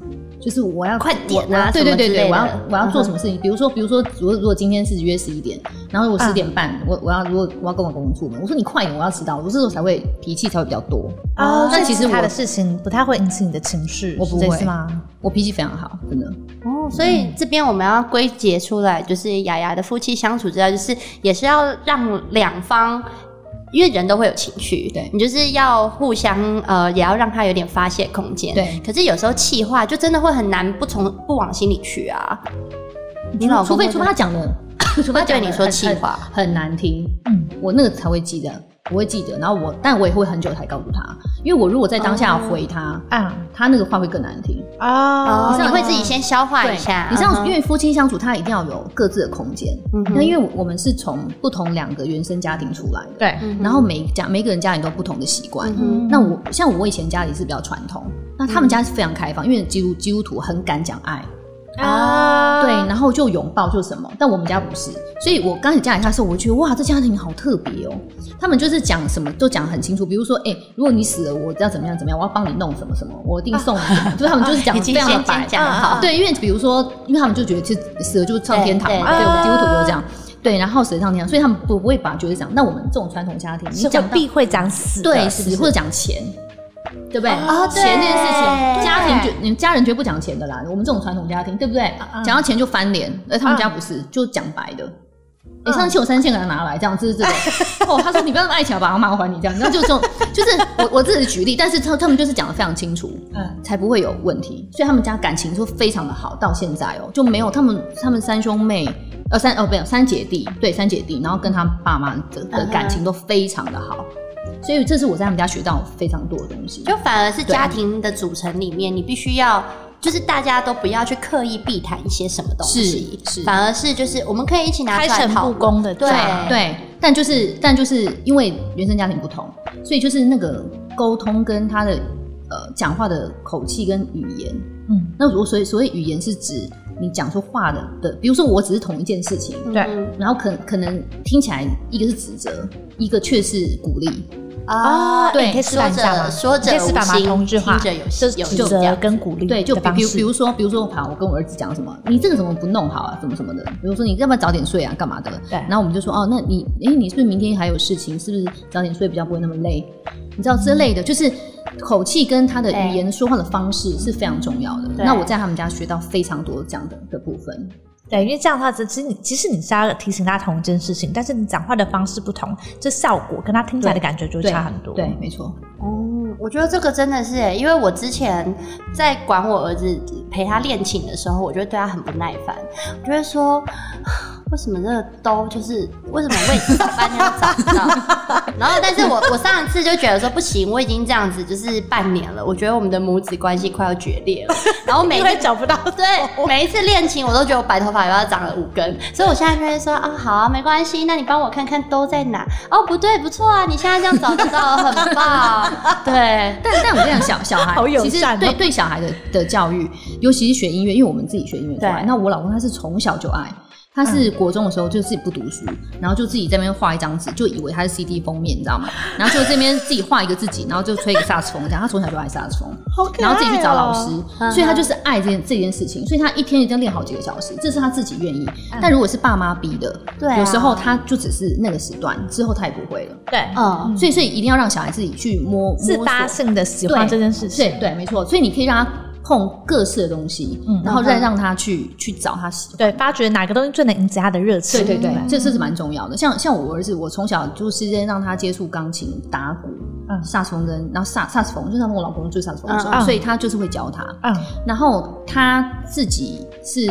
S3: 就是我要
S1: 快点啊
S3: 我要对
S1: 什么
S3: 对
S1: 之
S3: 对
S1: 类
S3: 对，我要
S1: 的
S3: 我要
S1: 嗯
S3: 做
S1: 哼
S3: 什么事情，比如说比如说，如果如果今天是约十一点，然后我
S1: 嗯
S2: 啊
S3: 十点半，我我要如果我要跟我公公出门，我说你快点，我要迟到，我这时候才会脾气才会比较多，
S2: 哦，
S3: 但
S2: 所以
S3: 其实
S2: 他
S3: 我
S2: 的事情不太会引起你的情绪，
S3: 我
S2: 是
S3: 不
S2: 这意思
S3: 会
S2: 吗？
S3: 我脾气非常好，真的。
S1: 哦，所以这边我们要归结出来，就是雅雅的夫妻相处之道，就是也是要让两方。因为人都会有情绪，
S3: 对
S1: 你就是要互相呃，也要让他有点发泄空间。
S3: 对
S1: 可是有时候气话就真的会很难不从不往心里去啊。你老公
S3: 除非
S1: 会
S3: 除非他讲 的，除非他
S1: 对
S3: 讲
S1: 你
S3: 的
S1: 说
S3: 很
S1: 气
S3: 很
S1: 话
S3: 很难听，
S2: 嗯
S3: 我那个才会记得，我会记得。然后我，但我也会很久才告诉他，因为我如果在当下回他，
S1: 嗯
S2: 啊
S3: 他那个话会更难听。
S2: 哦
S1: 哦，你会自己先消化一下。嗯
S3: 你这样，因
S1: 为
S3: 为夫妻相处，他一定要有各自的空间。
S1: 嗯哼
S3: 那因为我们是从不同两个原生家庭出来的，
S2: 对，
S1: 嗯哼
S3: 然后每家每个人家里都有不同的习惯。
S1: 嗯
S3: 那我像我以前家里是比较传统，那他们家是非常开放，因为基督基督徒很敢讲爱，
S2: 啊
S3: 哦对，然后就拥抱就什么，但我们家不是，所以我刚才家里他说，我觉得哇，这家庭好特别哦，他们就是讲什么都讲很清楚，比如说，哎、如果你死了，我要怎么样怎么样，我要帮你弄什么什么，我一定送你 什么，就是他们就是讲
S1: 已
S3: 得
S1: 经
S3: 非常的
S1: 先
S3: 白
S1: 先，讲好，
S3: 对，因为比如说，因为他们就觉得其实死了就是上天堂嘛，
S1: 对
S3: 对
S2: 对
S3: 我们基督徒就是这样，对，然后死了上天堂，所以他们不不会把觉得讲，那我们这种传统家庭，你
S2: 是会
S3: 讲到
S2: 避讳讲死的，
S3: 对
S2: 是
S3: 死
S2: 不是
S3: 或者讲钱。对不对？
S1: 哦对
S3: 钱这件事情，
S1: 对
S3: 家庭绝你们家人绝不讲钱的啦。我们这种传统家庭，对不对
S2: 啊？
S3: 讲到钱就翻脸，而他们
S2: 嗯
S3: 家不是，就讲白的。你上次欠我三千，给他拿来，这样这是 这个。哦，他说你不要那么爱钱吧，我马上还你这样。然后就这种，就是我我自己举例，但是他他们就是讲的非常清楚，
S2: 嗯
S3: 才不会有问题。所以他们家感情就非常的好，到现在哦就没有他们他们三兄妹呃三哦没有三姐弟对三姐弟，然后跟他爸妈的的感情都非常的好，所以这是我在他们家学到非常多的东西。
S1: 就反而是家庭的组成里面，你必须要就是大家都不要去刻意避谈一些什么东西，
S3: 是是
S1: 反而是就是我们可以一起拿
S2: 开
S1: 出来
S2: 诚
S1: 讨
S2: 布
S1: 论。
S2: 公的
S1: 对
S2: 讲
S3: 对，但就是但就是因为原生家庭不同，所以就是那个沟通跟他的呃讲话的口气跟语言，
S2: 嗯
S3: 那我所以所谓语言是指你讲出话的的，比如说我只是同一件事情，
S2: 对
S1: 嗯
S3: 然后可可能听起来一个是指责，一个却是鼓励。
S1: 啊，
S2: 对
S1: 哎可以
S2: 说
S1: 说
S2: 着
S1: 着说
S2: 你
S1: 着
S2: 可以
S1: 无
S2: 示范吗
S1: 心，
S2: 同志化
S1: 听着有
S2: 就是
S1: 有
S2: 指
S1: 这
S2: 责
S1: 样
S2: 跟鼓励
S3: 对，就
S2: 的方
S3: 比如
S2: 式
S3: 比如说比如说，好，我跟我儿子讲什么，你这个怎么不弄好啊，什么什么的。比如说你要不要早点睡啊，干嘛的？
S2: 对
S3: 然后我们就说，哦，那你诶，你是不是明天还有事情？是不是早点睡比较不会那么累？你知道之类的，就是口气跟他的
S1: 对
S3: 语言说话的方式是非常重要的。
S1: 对
S3: 那我在他们家学到非常多这样的的部分。
S2: 对，因为这样的话，其实你其实你是要提醒他同一件事情，但是你讲话的方式不同，这效果跟他听起来的感觉就会
S3: 对
S2: 差很多。
S3: 对，没错。
S1: 哦，我觉得这个真的是耶，因为我之前在管我儿子陪他练琴的时候，我就会对他很不耐烦，我就会说。 为什么这个兜就是为什么我也找半天都找不到？ 然后，但是我我上一次就觉得说不行，我已经这样子就是半年了，我觉得我们的母子关系快要决裂了。然后每
S2: 因
S1: 一
S2: 为
S1: 次
S2: 找不到，
S1: 对，每一次练琴，我都觉得我白头发又要长了五根，所以我现在就会说啊，好啊，没关系，那你帮我看看兜在哪？哦，不对，不错啊，你现在这样找得到，很棒。对，
S3: 但但我跟你讲，小小孩
S2: 好友
S3: 其实
S2: 善哦
S3: 对对小孩的的教育，尤其是学音乐，因为我们自己学音乐出来，
S1: 对
S3: 那我老公他是从小就爱。他
S2: 嗯
S3: 是国中的时候就自己不读书，然后就自己在那边画一张纸，就以为他是 CD 封面，你知道吗？然后就这边自己画一个自己，然后就吹个萨克斯风，这样他从小就爱哦萨克斯风，
S2: 好哦可爱、
S3: 然后自己去找老师，，
S1: 嗯
S3: 所以他就是爱这件这件事情，所以他一天一定要练好几个小时，这是他自己愿意。
S2: 嗯
S3: 但如果是爸妈逼的，
S1: 对啊
S3: 有时候他就只是那个时段，之后他也不会了。
S2: 对，
S1: 嗯，
S3: 所以，所以一定要让小孩自己去摸哦摸
S2: 自
S3: 索。
S2: 发性的喜欢这件事情，
S3: 对对，没错。所以你可以让他碰各式的东西，
S2: 嗯
S3: 然后再让他去去找他喜欢。
S2: 对发掘哪个东西最能引起他的热情，嗯
S3: 这这是蛮重要的。像像我儿子，我从小就是先让他接触钢琴、打鼓、
S2: 嗯
S3: 萨克斯风跟，然后萨萨克斯风，就是他跟我老公就是萨克斯风的时候，
S2: 嗯嗯
S3: 所以他就是会教他。
S2: 嗯
S3: 然后他自己是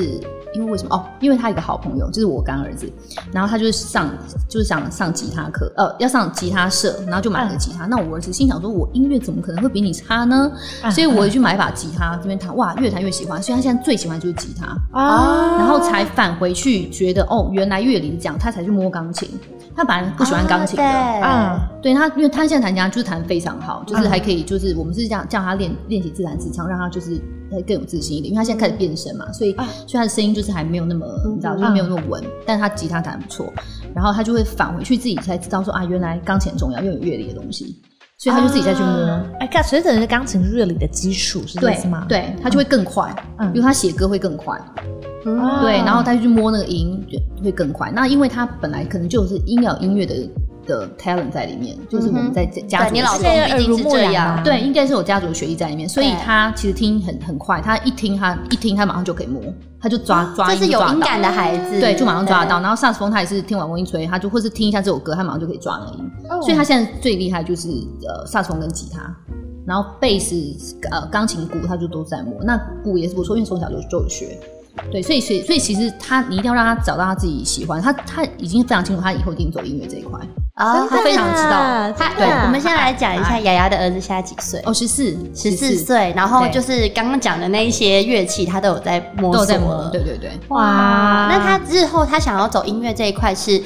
S3: 因为为什么？哦，因为他有一个好朋友就是我干儿子，然后他就是上就是想上吉他课，呃，要上吉他社，然后就买了吉他。那我儿子心想说，我音乐怎么可能会比你差呢？
S2: 嗯
S3: 所以我也去买一把吉他，这边弹，哇，越弹越喜欢。所以他现在最喜欢就是吉他，
S2: 啊
S3: 然后才返回去觉得哦，原来乐理是这样，他才去摸钢琴。他本来不喜欢钢琴的，
S1: 啊
S2: 嗯
S3: 对他，因为他现在弹吉他就是弹得非常好，
S1: 嗯
S3: 就是还可以，就是我们是这样叫他练练习自弹自唱，让他就是呃更有自信一点。因为他现在开始变声嘛，所以
S2: 啊
S3: 所以他的声音就是还没有那么，你知道，
S1: 嗯
S3: 就是没有那么稳，但他吉他弹得不错。然后他就会返回去自己才知道说啊，原来钢琴很重要，又有乐理的东西，所以他就自己再去摸。
S2: 啊哎，看，所以等于是钢琴乐理的基础是这
S3: 对
S2: 意思吗？，
S3: 对，他就会更快，
S2: 嗯
S3: 因为他写歌会更快。
S1: 嗯
S2: 啊
S3: 对，然后他就去摸那个音，就会更快。那因为他本来可能就是音要有音乐的的 talent 在里面，就是我
S1: 嗯哼
S3: 们在
S1: 对
S3: 家族
S1: 你
S3: 的
S1: 老
S3: 时
S1: 公
S3: 候
S1: 毕竟是这
S2: 耳濡目染
S1: 样
S2: 啊，
S3: 对，应该是有家族的学历在里面，所以
S1: 对
S3: 他其实听很很快，他一听他一听他马上就可以摸，他就抓抓
S1: 哦这
S3: 音
S1: 是
S3: 就
S1: 有
S3: 抓
S1: 音
S3: 得到
S1: 感的孩子，
S3: 对，就马上抓得到。然后萨克斯风他也是听完风一吹，他就或是听一下这首歌，他马上就可以抓那个音。
S2: 哦
S3: 所以他现在最厉害就是呃萨克斯风跟吉他，然后贝斯呃钢琴鼓他就都在摸。那鼓也是不错，因为从小就就有学。对，所以所以所以其实他你一定要让他找到他自己喜欢，他他已经非常清楚，他以后一定走音乐这一块。
S1: 啊
S3: 他非常知道
S1: 他
S2: 对，
S1: 我们先来讲一下雅雅的儿子现在几岁？
S3: 哦，十四
S1: 十四岁，然后
S3: 对
S1: 就是刚刚讲的那一些乐器，他都有在摸
S3: 都
S1: 索
S3: 有在摸
S1: 了，。
S3: 对对对。
S1: 哇
S2: 哇，
S1: 那他日后他想要走音乐这一块是，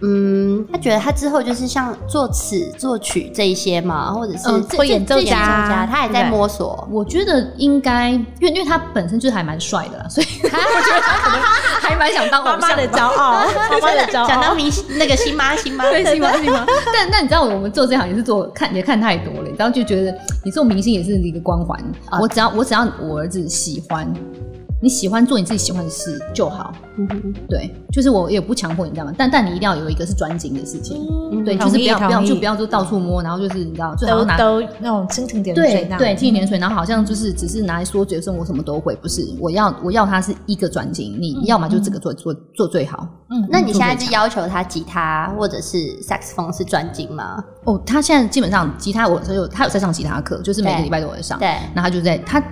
S1: 嗯，他觉得他之后就是像作词、作曲这一些嘛，或者是
S3: 嗯
S1: 这
S2: 会演
S1: 这
S2: 奏
S1: 这演
S2: 家
S1: 奏家，他还在
S2: 对
S1: 摸索。
S3: 我觉得应该，因为因为他本身就是还蛮帅的啦， 所以我觉得他可能还蛮想当偶
S2: 妈
S3: 像
S2: 妈的
S3: 吧
S2: 骄傲， 妈妈的骄傲，
S1: 想当明星那个新妈新妈，
S3: 对，是吗？是吗？但但你知道，我们做这行也是做看也看太多了，你知道就觉得你做明星也是一个光环。
S1: 啊
S3: 我只要我只要我儿子喜欢，你喜欢做你自己喜欢的事就好。
S1: 嗯哼
S3: 对，就是我也不强迫你这样，但但你一定要有一个是专精的事情。
S2: 嗯
S3: 对，就
S2: 同
S3: 是不
S2: 意
S3: 要不要
S2: 同意
S3: 就不要就到处摸，然后就是你知道最好
S2: 都
S3: 拿。
S2: 都那种蜻蜓点
S3: 对
S2: 水那样，
S3: 对，清点水，然后好像就是只是拿来说嘴，说我什么都会，不是？我要我要他是一个专精，
S1: 嗯
S3: 你要么就这个做做做最好，
S2: 嗯，
S1: 那你现在是要求他吉他或者是萨克斯风是专精吗？
S3: 哦，他现在基本上吉他我他有他有在上吉他课，就是每个
S1: 对
S3: 礼拜都有在上。
S1: 对，
S3: 然后他就在他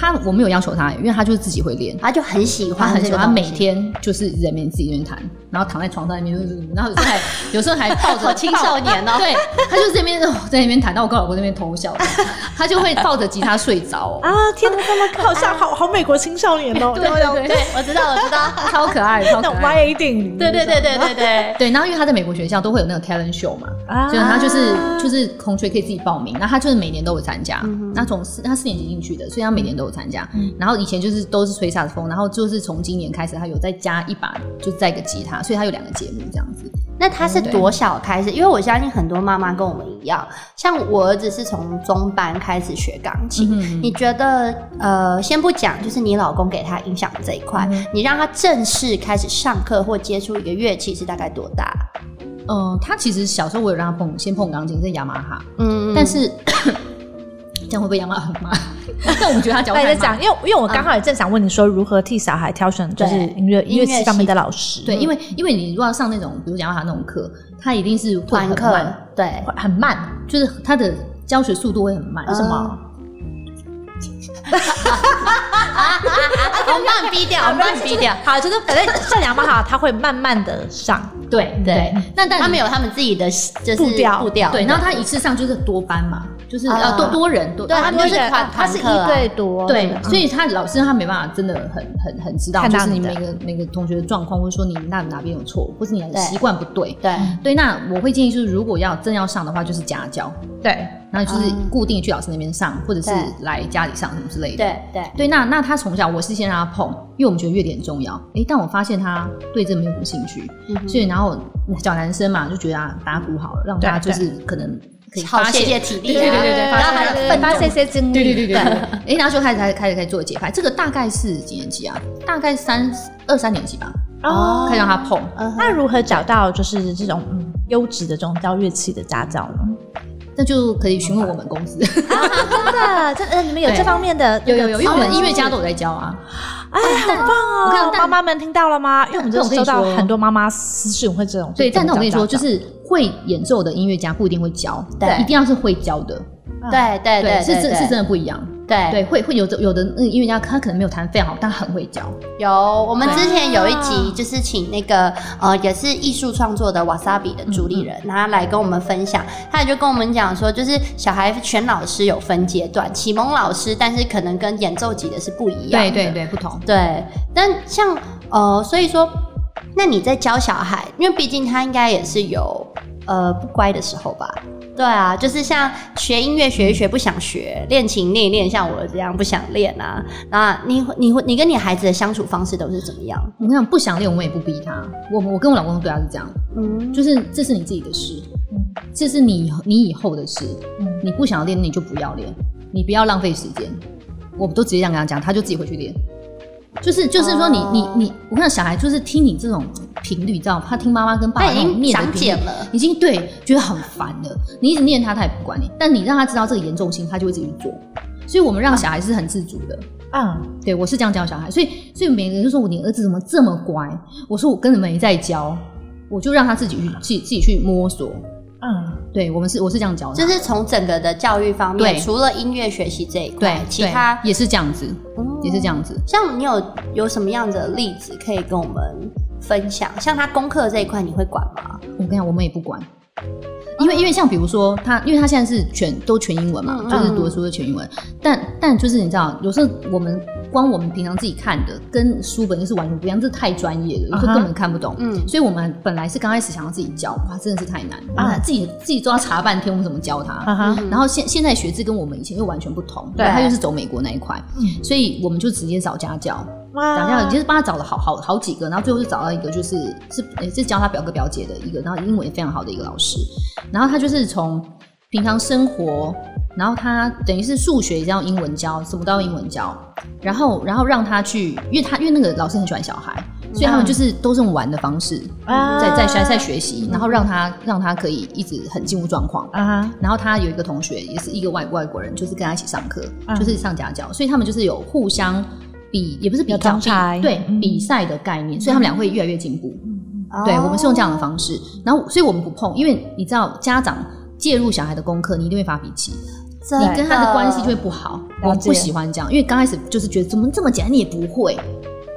S3: 他我没有要求他，欸因为他就是自己会练。
S1: 他就很喜
S3: 他
S1: 欢
S3: 很
S1: 这
S3: 喜
S1: 个东西，
S3: 欢，他每天就是在那边自己在那边弹，然后躺在床上那边就是，然后有时 候还有时候还
S1: 好
S3: 抱着
S1: 青少年哦。
S3: 对，他就这边哦在那边弹，到我跟我老公那边偷笑，他就会抱着吉他睡 着、哦，
S2: 啊，天哪，他们好像好好美国青少年哦，
S3: 对对对，
S1: 对，我知道，我知道，
S3: 超可爱，超
S2: 那
S3: 可
S2: 种
S3: 爱。
S2: YA 电影，
S1: 对对对对对对，
S3: 对，然后因为他在美国学校都会有那个 talent show 嘛，
S2: 啊
S3: 所以他就是就是孔雀可以自己报名，然后他就是每年都有参加。那从四他四年级进去的，所以他每年都有参加。然后以前就是都是吹萨克斯风，然后就是从今年开始他有再加一把，就是再一个吉他，所以他有两个节目这样子。
S1: 那他
S3: 嗯
S1: 是多小开始？因为我相信很多妈妈跟我们一样，像我儿子是从中班开始学钢琴。
S3: 嗯，
S1: 你觉得，呃，先不讲，就是你老公给他影响这一块，
S3: 嗯
S1: 你让他正式开始上课或接触一个乐器是大概多大？
S3: 呃，他其实小时候我有让他碰先碰钢琴，是雅马哈，
S1: 嗯
S3: 但是 这样会被雅马哈骂。 但我们觉得他讲
S2: 那
S3: 话
S2: 你在
S3: 太慢
S2: 讲，因为 因为我
S3: 嗯
S2: 刚好也正想问你说如何替小孩挑选就是
S1: 对
S2: 音乐
S1: 音
S2: 音
S1: 乐
S2: 乐系方面的老师，
S3: 对，因
S2: 为
S3: 为因为你如果要上那种，比如雅马哈那种课，他一定是会
S1: 团
S3: 很
S1: 课
S3: 慢，
S1: 对，
S3: 很慢，就是他的教学速度会很慢。
S1: 嗯
S3: 什么？
S1: 我慢逼掉，慢逼掉。
S2: 好，就是哎反正像两把好，他会慢慢的上，
S3: 对
S1: 对，
S3: 那但
S1: 他们有他们自己的就是
S2: 步调
S1: 步调，
S3: 对，然后他一次上就是多班嘛，就是
S1: 啊
S3: 呃多多人多，
S1: 对
S3: 他
S1: 他
S3: 们
S1: 们
S3: 就是
S2: 对
S1: 团
S2: 他
S1: 团
S2: 是一
S1: 课啊
S2: 对多，
S3: 对，所
S2: 以
S3: 以他老师他没办法真的很很很知道，
S2: 看
S3: 就
S2: 到
S3: 是你
S2: 你的
S3: 每个每个同学的状况，或者说你那哪边有错，或是你的
S1: 对
S3: 习惯不对。
S1: 对，
S3: 对，那我会建议就是，如果要真要上的话，就是家教。
S2: 对，
S3: 然后就是固定去老师那边上，或者是
S1: 对
S3: 来家里上什么之类的。
S1: 对对，
S3: 对，那那他从小我是先让他碰，因为我们觉得乐理很重要。诶，但我发现他对这没有什么兴趣，
S2: 嗯
S3: 所以然后小男生嘛就觉得啊打鼓好了，让他
S2: 对啊
S3: 就是可能可以
S1: 好
S3: 发
S1: 泄泄
S3: 泄
S1: 体力啊，
S3: 对对对对
S1: 然后还
S2: 对
S1: 奋
S2: 发
S1: 斗
S2: 泄些精力，
S3: 对对对对对。哎，然后就开始开始开始开始做节拍，这个大概是几年级啊？大概三二三年级吧，
S2: 哦
S3: 开始让他碰。
S1: 嗯哼
S2: 那如何找到就是这种嗯优质的这种教乐器的家教呢？
S3: 那就可以询问我们公司，
S2: 真的，这呃，你们有
S3: 对
S2: 这方面的那
S3: 有
S2: 个
S3: 有有，因为我们
S2: 资
S3: 音
S2: 源
S3: 乐家都有在教啊。
S2: 哦哎，好棒
S3: 我看
S2: 哦！
S3: 但
S2: 妈妈们听到了吗？因为我们真
S3: 但我
S2: 的
S3: 跟你
S2: 收到
S3: 说
S2: 很多妈妈私讯会这种，
S3: 对，但
S2: 这
S3: 那
S2: 种
S3: 我跟你
S2: 家
S3: 说，
S2: 教
S3: 就是会演奏的音乐家不一定会教，
S1: 对
S3: 一定要是会教的。
S1: 对对对，
S3: 是真
S1: 对哎
S3: 是真的不一样。
S1: 对
S3: 对，会会有的有的那个音乐家，他可能没有弹非常好，但很会教。
S1: 有，我们之前有一集
S3: 啊
S1: 就是请那个呃，也是艺术创作的瓦萨比的主理人，
S3: 嗯
S1: 然后他来跟我们分享，他也就跟我们讲说，就是小孩选老师有分阶段，启蒙老师，但是可能跟演奏级的是不一样的。
S3: 对对，不同。
S1: 对，但像呃，所以说，那你在教小孩，因为毕竟他应该也是有呃不乖的时候吧？对啊，就是像学音乐学一学不想学，练琴练一练，像我这样不想练啊。那你你会你跟你孩子的相处方式都是怎么样？
S3: 我跟你讲，不想练，我们也不逼他。我我跟我老公对他是这样，
S1: 嗯，
S3: 就是这是你自己的事，这是你你以后的事。
S1: 嗯
S3: 你不想练，你就不要练，你不要浪费时间。我们都直接这样跟他讲，他就自己回去练。就是就是说你，你
S1: 哦
S3: 你我看到小孩就是听你这种频率，你知道吗他听妈妈跟爸爸
S1: 他已
S3: 那种
S1: 经
S3: 念的
S1: 长
S3: 频率
S1: 茧，了，
S3: 已经对觉得很烦了，你一直念他，他也不管你，但你让他知道这个严重性，他就会自己去做。所以我们让小孩是很自主的，
S2: 嗯，
S3: 对我是这样教小孩，所以所以每个人就说我你儿子怎么这么乖，我说我根本没在教，我就让他自己去自己自己去摸索。
S2: 嗯，
S3: 对我们是我是这样教的，
S1: 就是从整个的教育方面，
S3: 对
S1: 除了音乐学习这一块
S3: 对，，哦
S1: 其
S3: 对
S1: 他
S3: 也是这样子，也是这。
S1: 嗯
S3: 样子。
S1: 像你有有什么样的例子可以跟我们分享？像他功课这一块，你会管吗？
S3: 我跟你讲，我们也不管。因为因为像比如说他，因为他现在是全都全英文嘛，
S1: 嗯
S3: 就是读的书是全英文，但但就是你知道，有时候我们光我们平常自己看的跟书本就是完全不一样，这太专业了，有时
S2: 啊哈
S3: 候根本看不懂。
S1: 嗯
S3: 所以我们本来是刚开始想要自己教，哇，真的是太难，
S2: 啊
S3: 我们自己自己都要查半天，我们怎么教他？
S2: 哈
S1: 嗯
S2: 哈，
S3: 啊然后现现在学制跟我们以前又完全不同，
S1: 对
S3: 他又是走美国那一块，
S2: 嗯
S3: 所以我们就直接找家教，
S2: 哇
S3: 找家教，就是帮他找了好好好几个，然后最后就找到一个就是是也是教他表哥表姐的一个，然后英文也非常好的一个老师，然后他就是从平常生活，然后他等于是数学也要英文教，什么都要英文教，然后然后让他去，因为他因为那个老师很喜欢小孩，所以他们就是都是用玩的方式
S2: 啊
S3: 在在在在学习，然后让他让他可以一直很进入状况。
S2: 啊哈，
S3: 然后他有一个同学也是一个外外国人，就是跟他一起上课，
S2: 嗯
S3: 就是上家教，所以他们就是有互相比，也不是比
S2: 有
S3: 较
S2: 同才
S3: 比对、
S2: 嗯
S3: 比赛的概念，所以他们俩会越来越进步。
S1: 嗯
S3: 对，我们是用这样的方式，然后所以我们不碰，因为你知道家长介入小孩的功课，你一定会发脾气，
S1: 哦真
S3: 你
S1: 的
S3: 跟他的关系就会不好。
S2: 了
S3: 我们
S2: 解
S3: 不喜欢这样，因为刚开始就是觉得怎么这么简单，你也不会。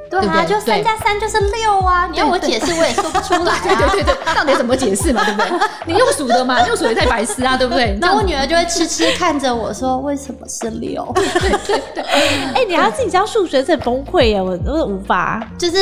S1: 对
S3: 对不
S1: 啊，
S3: 对
S1: 就三
S3: 对
S1: 加三就是六啊！你要我解释，我也说 不出来
S3: 对对
S1: 啊。
S3: 对对，到底怎么解释嘛，对不对？你用数的嘛，用数也太白痴啊，对不对？你这
S1: 然
S3: 样
S1: 后我女儿就会痴痴看着我说：“为什么是六
S3: 嗯
S2: 哎，你要自己教数学，这很崩溃耶，我我无法。？”
S1: 就是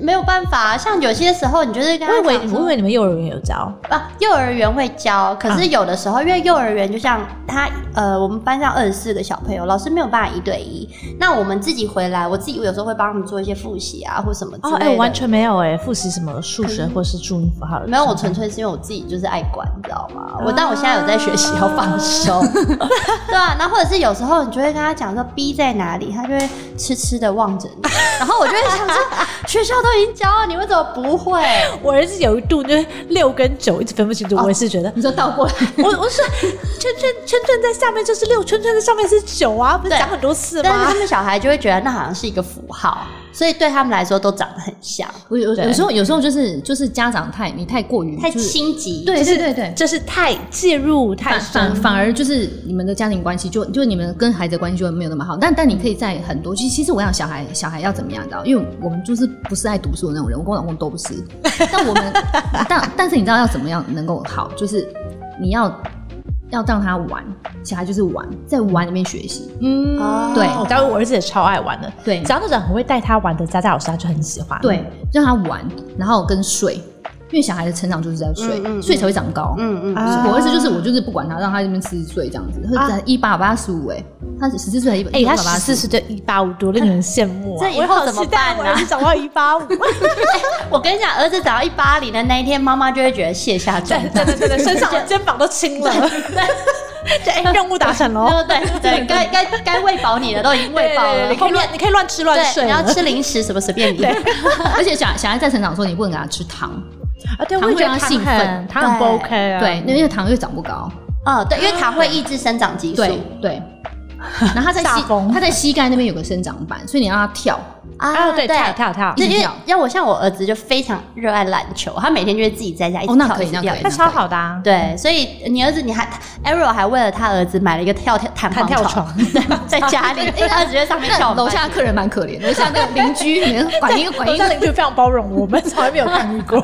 S1: 没有办法，像有些时候你就是跟
S2: 我以
S3: 啊
S1: 她
S2: 为
S1: 讲
S2: 我以
S1: 说
S2: 为你们幼儿园有教，
S1: 啊，幼儿园会
S3: 啊
S1: 教，可是有的时候因为幼儿园就像他呃，我们班上二十四个小朋友，老师没有办法一对一。那我们自己回来，我自己有时候会帮他们做一些复习啊，或什么之
S2: 哦，
S1: 类
S2: 哎，
S1: 的。
S2: 我完全没有哎，复习什么数学或是注音符号的，
S1: 没有，我纯粹是因为我自己就是爱管，你知道吗？我但我现在有在学习要放松，对啊。然后或者是有时候你就会跟他讲说 B 在哪里，他就会痴痴的望着你，然后我就会想说，学校都已经教了，你为什么不会？
S2: 我儿子有一度就是六跟九一直分不清楚，我也是觉 得
S3: 你说倒过来，
S2: 我我是圈圈圈圈在下面就是六，圈圈在上面是九啊，不是
S1: 对
S2: 讲很多次
S1: 但是
S2: 吗
S1: 他？们小孩就会觉得那好像是一个符号，所以对他们来说都长得很像，
S3: 我有
S2: 对
S3: 有时候有时候就是就是家长太你太过于
S1: 太
S3: 就是
S1: 心急。
S3: 对对对对，
S2: 就是太介入太
S3: 反
S2: 深
S3: 反，反而就是你们的家庭关系就就你们跟孩子的关系就没有那么好，但但你可以在很多，其实其实我想小孩小孩要怎么样的，因为我们就是不是爱读书的那种人，我跟我老公都不是，但我们但但是你知道要怎么样能够好，就是你要要让他玩，小孩就是玩，在玩里面学习，
S2: 嗯
S1: 哦
S3: 对
S2: 我教我儿子也超爱玩的，
S3: 对
S2: 只要那种很会带他玩的家教老师，他就很喜欢。
S3: 对，让他玩，然后跟睡。因为小孩的成长就是在睡，
S1: 嗯嗯嗯
S3: 睡才会长高。
S1: 嗯嗯，
S2: 啊
S3: 我儿子就是我就是不管他，让他在那边吃岁这样子，他才一百八十五哎，他十四岁还一百，
S2: 哎、他
S3: 185
S2: 十四岁就一八五，多令人羡慕啊！
S1: 这以后怎么办呢
S2: 我好期待我儿子长到一八五，
S1: 我跟你讲，儿子长到一八零的那一天，妈妈就会觉得卸下重
S2: 对
S1: 担
S2: 对。对对，身上的肩膀都轻了，这哎、任务达成喽！
S1: 对对对，该该该喂饱你的都已经喂饱了，
S2: 你可
S1: 后面
S2: 以乱，你可以乱吃乱
S1: 对
S2: 睡
S1: 你
S2: 了，
S1: 要吃零食什么随 便你。
S3: 而且小小孩在成长的时候，你不能给他吃糖，
S2: 啊，对，
S3: 糖
S2: 我也
S3: 会
S2: 觉
S3: 让
S2: 得
S3: 他
S2: 糖
S3: 兴
S2: 很，
S3: 奋
S2: 糖很不
S1: 对
S2: OK 啊，
S3: 对，那因为糖又长不高，
S1: 哦，对，因为糖会抑制生长激素
S3: 对 对。然后他在
S2: 吓
S3: 膝
S2: 疯
S3: 他在膝盖那边有个生长板，所以你让他跳，
S2: 啊，对，跳跳跳，
S1: 那因
S3: 一
S1: 为
S3: 跳
S1: 让我像我儿子就非常热爱篮球，他每天就会自己在家一直
S3: 哦那
S1: 跳
S3: 可以
S1: 一直
S3: 那
S1: 跳
S3: 可以
S2: 那超好的啊，
S1: 对，所以你儿子你还 Ariel 还为了他儿子买了一个跳跳弹簧
S2: 弹跳床，
S1: 在家 里，因为儿子在上面跳
S3: 那
S1: 很慢
S3: 楼下的客人蛮可怜，楼下那个 邻居，你看管一个管
S2: 楼
S3: 一
S2: 下
S3: 个，
S2: 邻居非常包容，我们从来没有抗议过。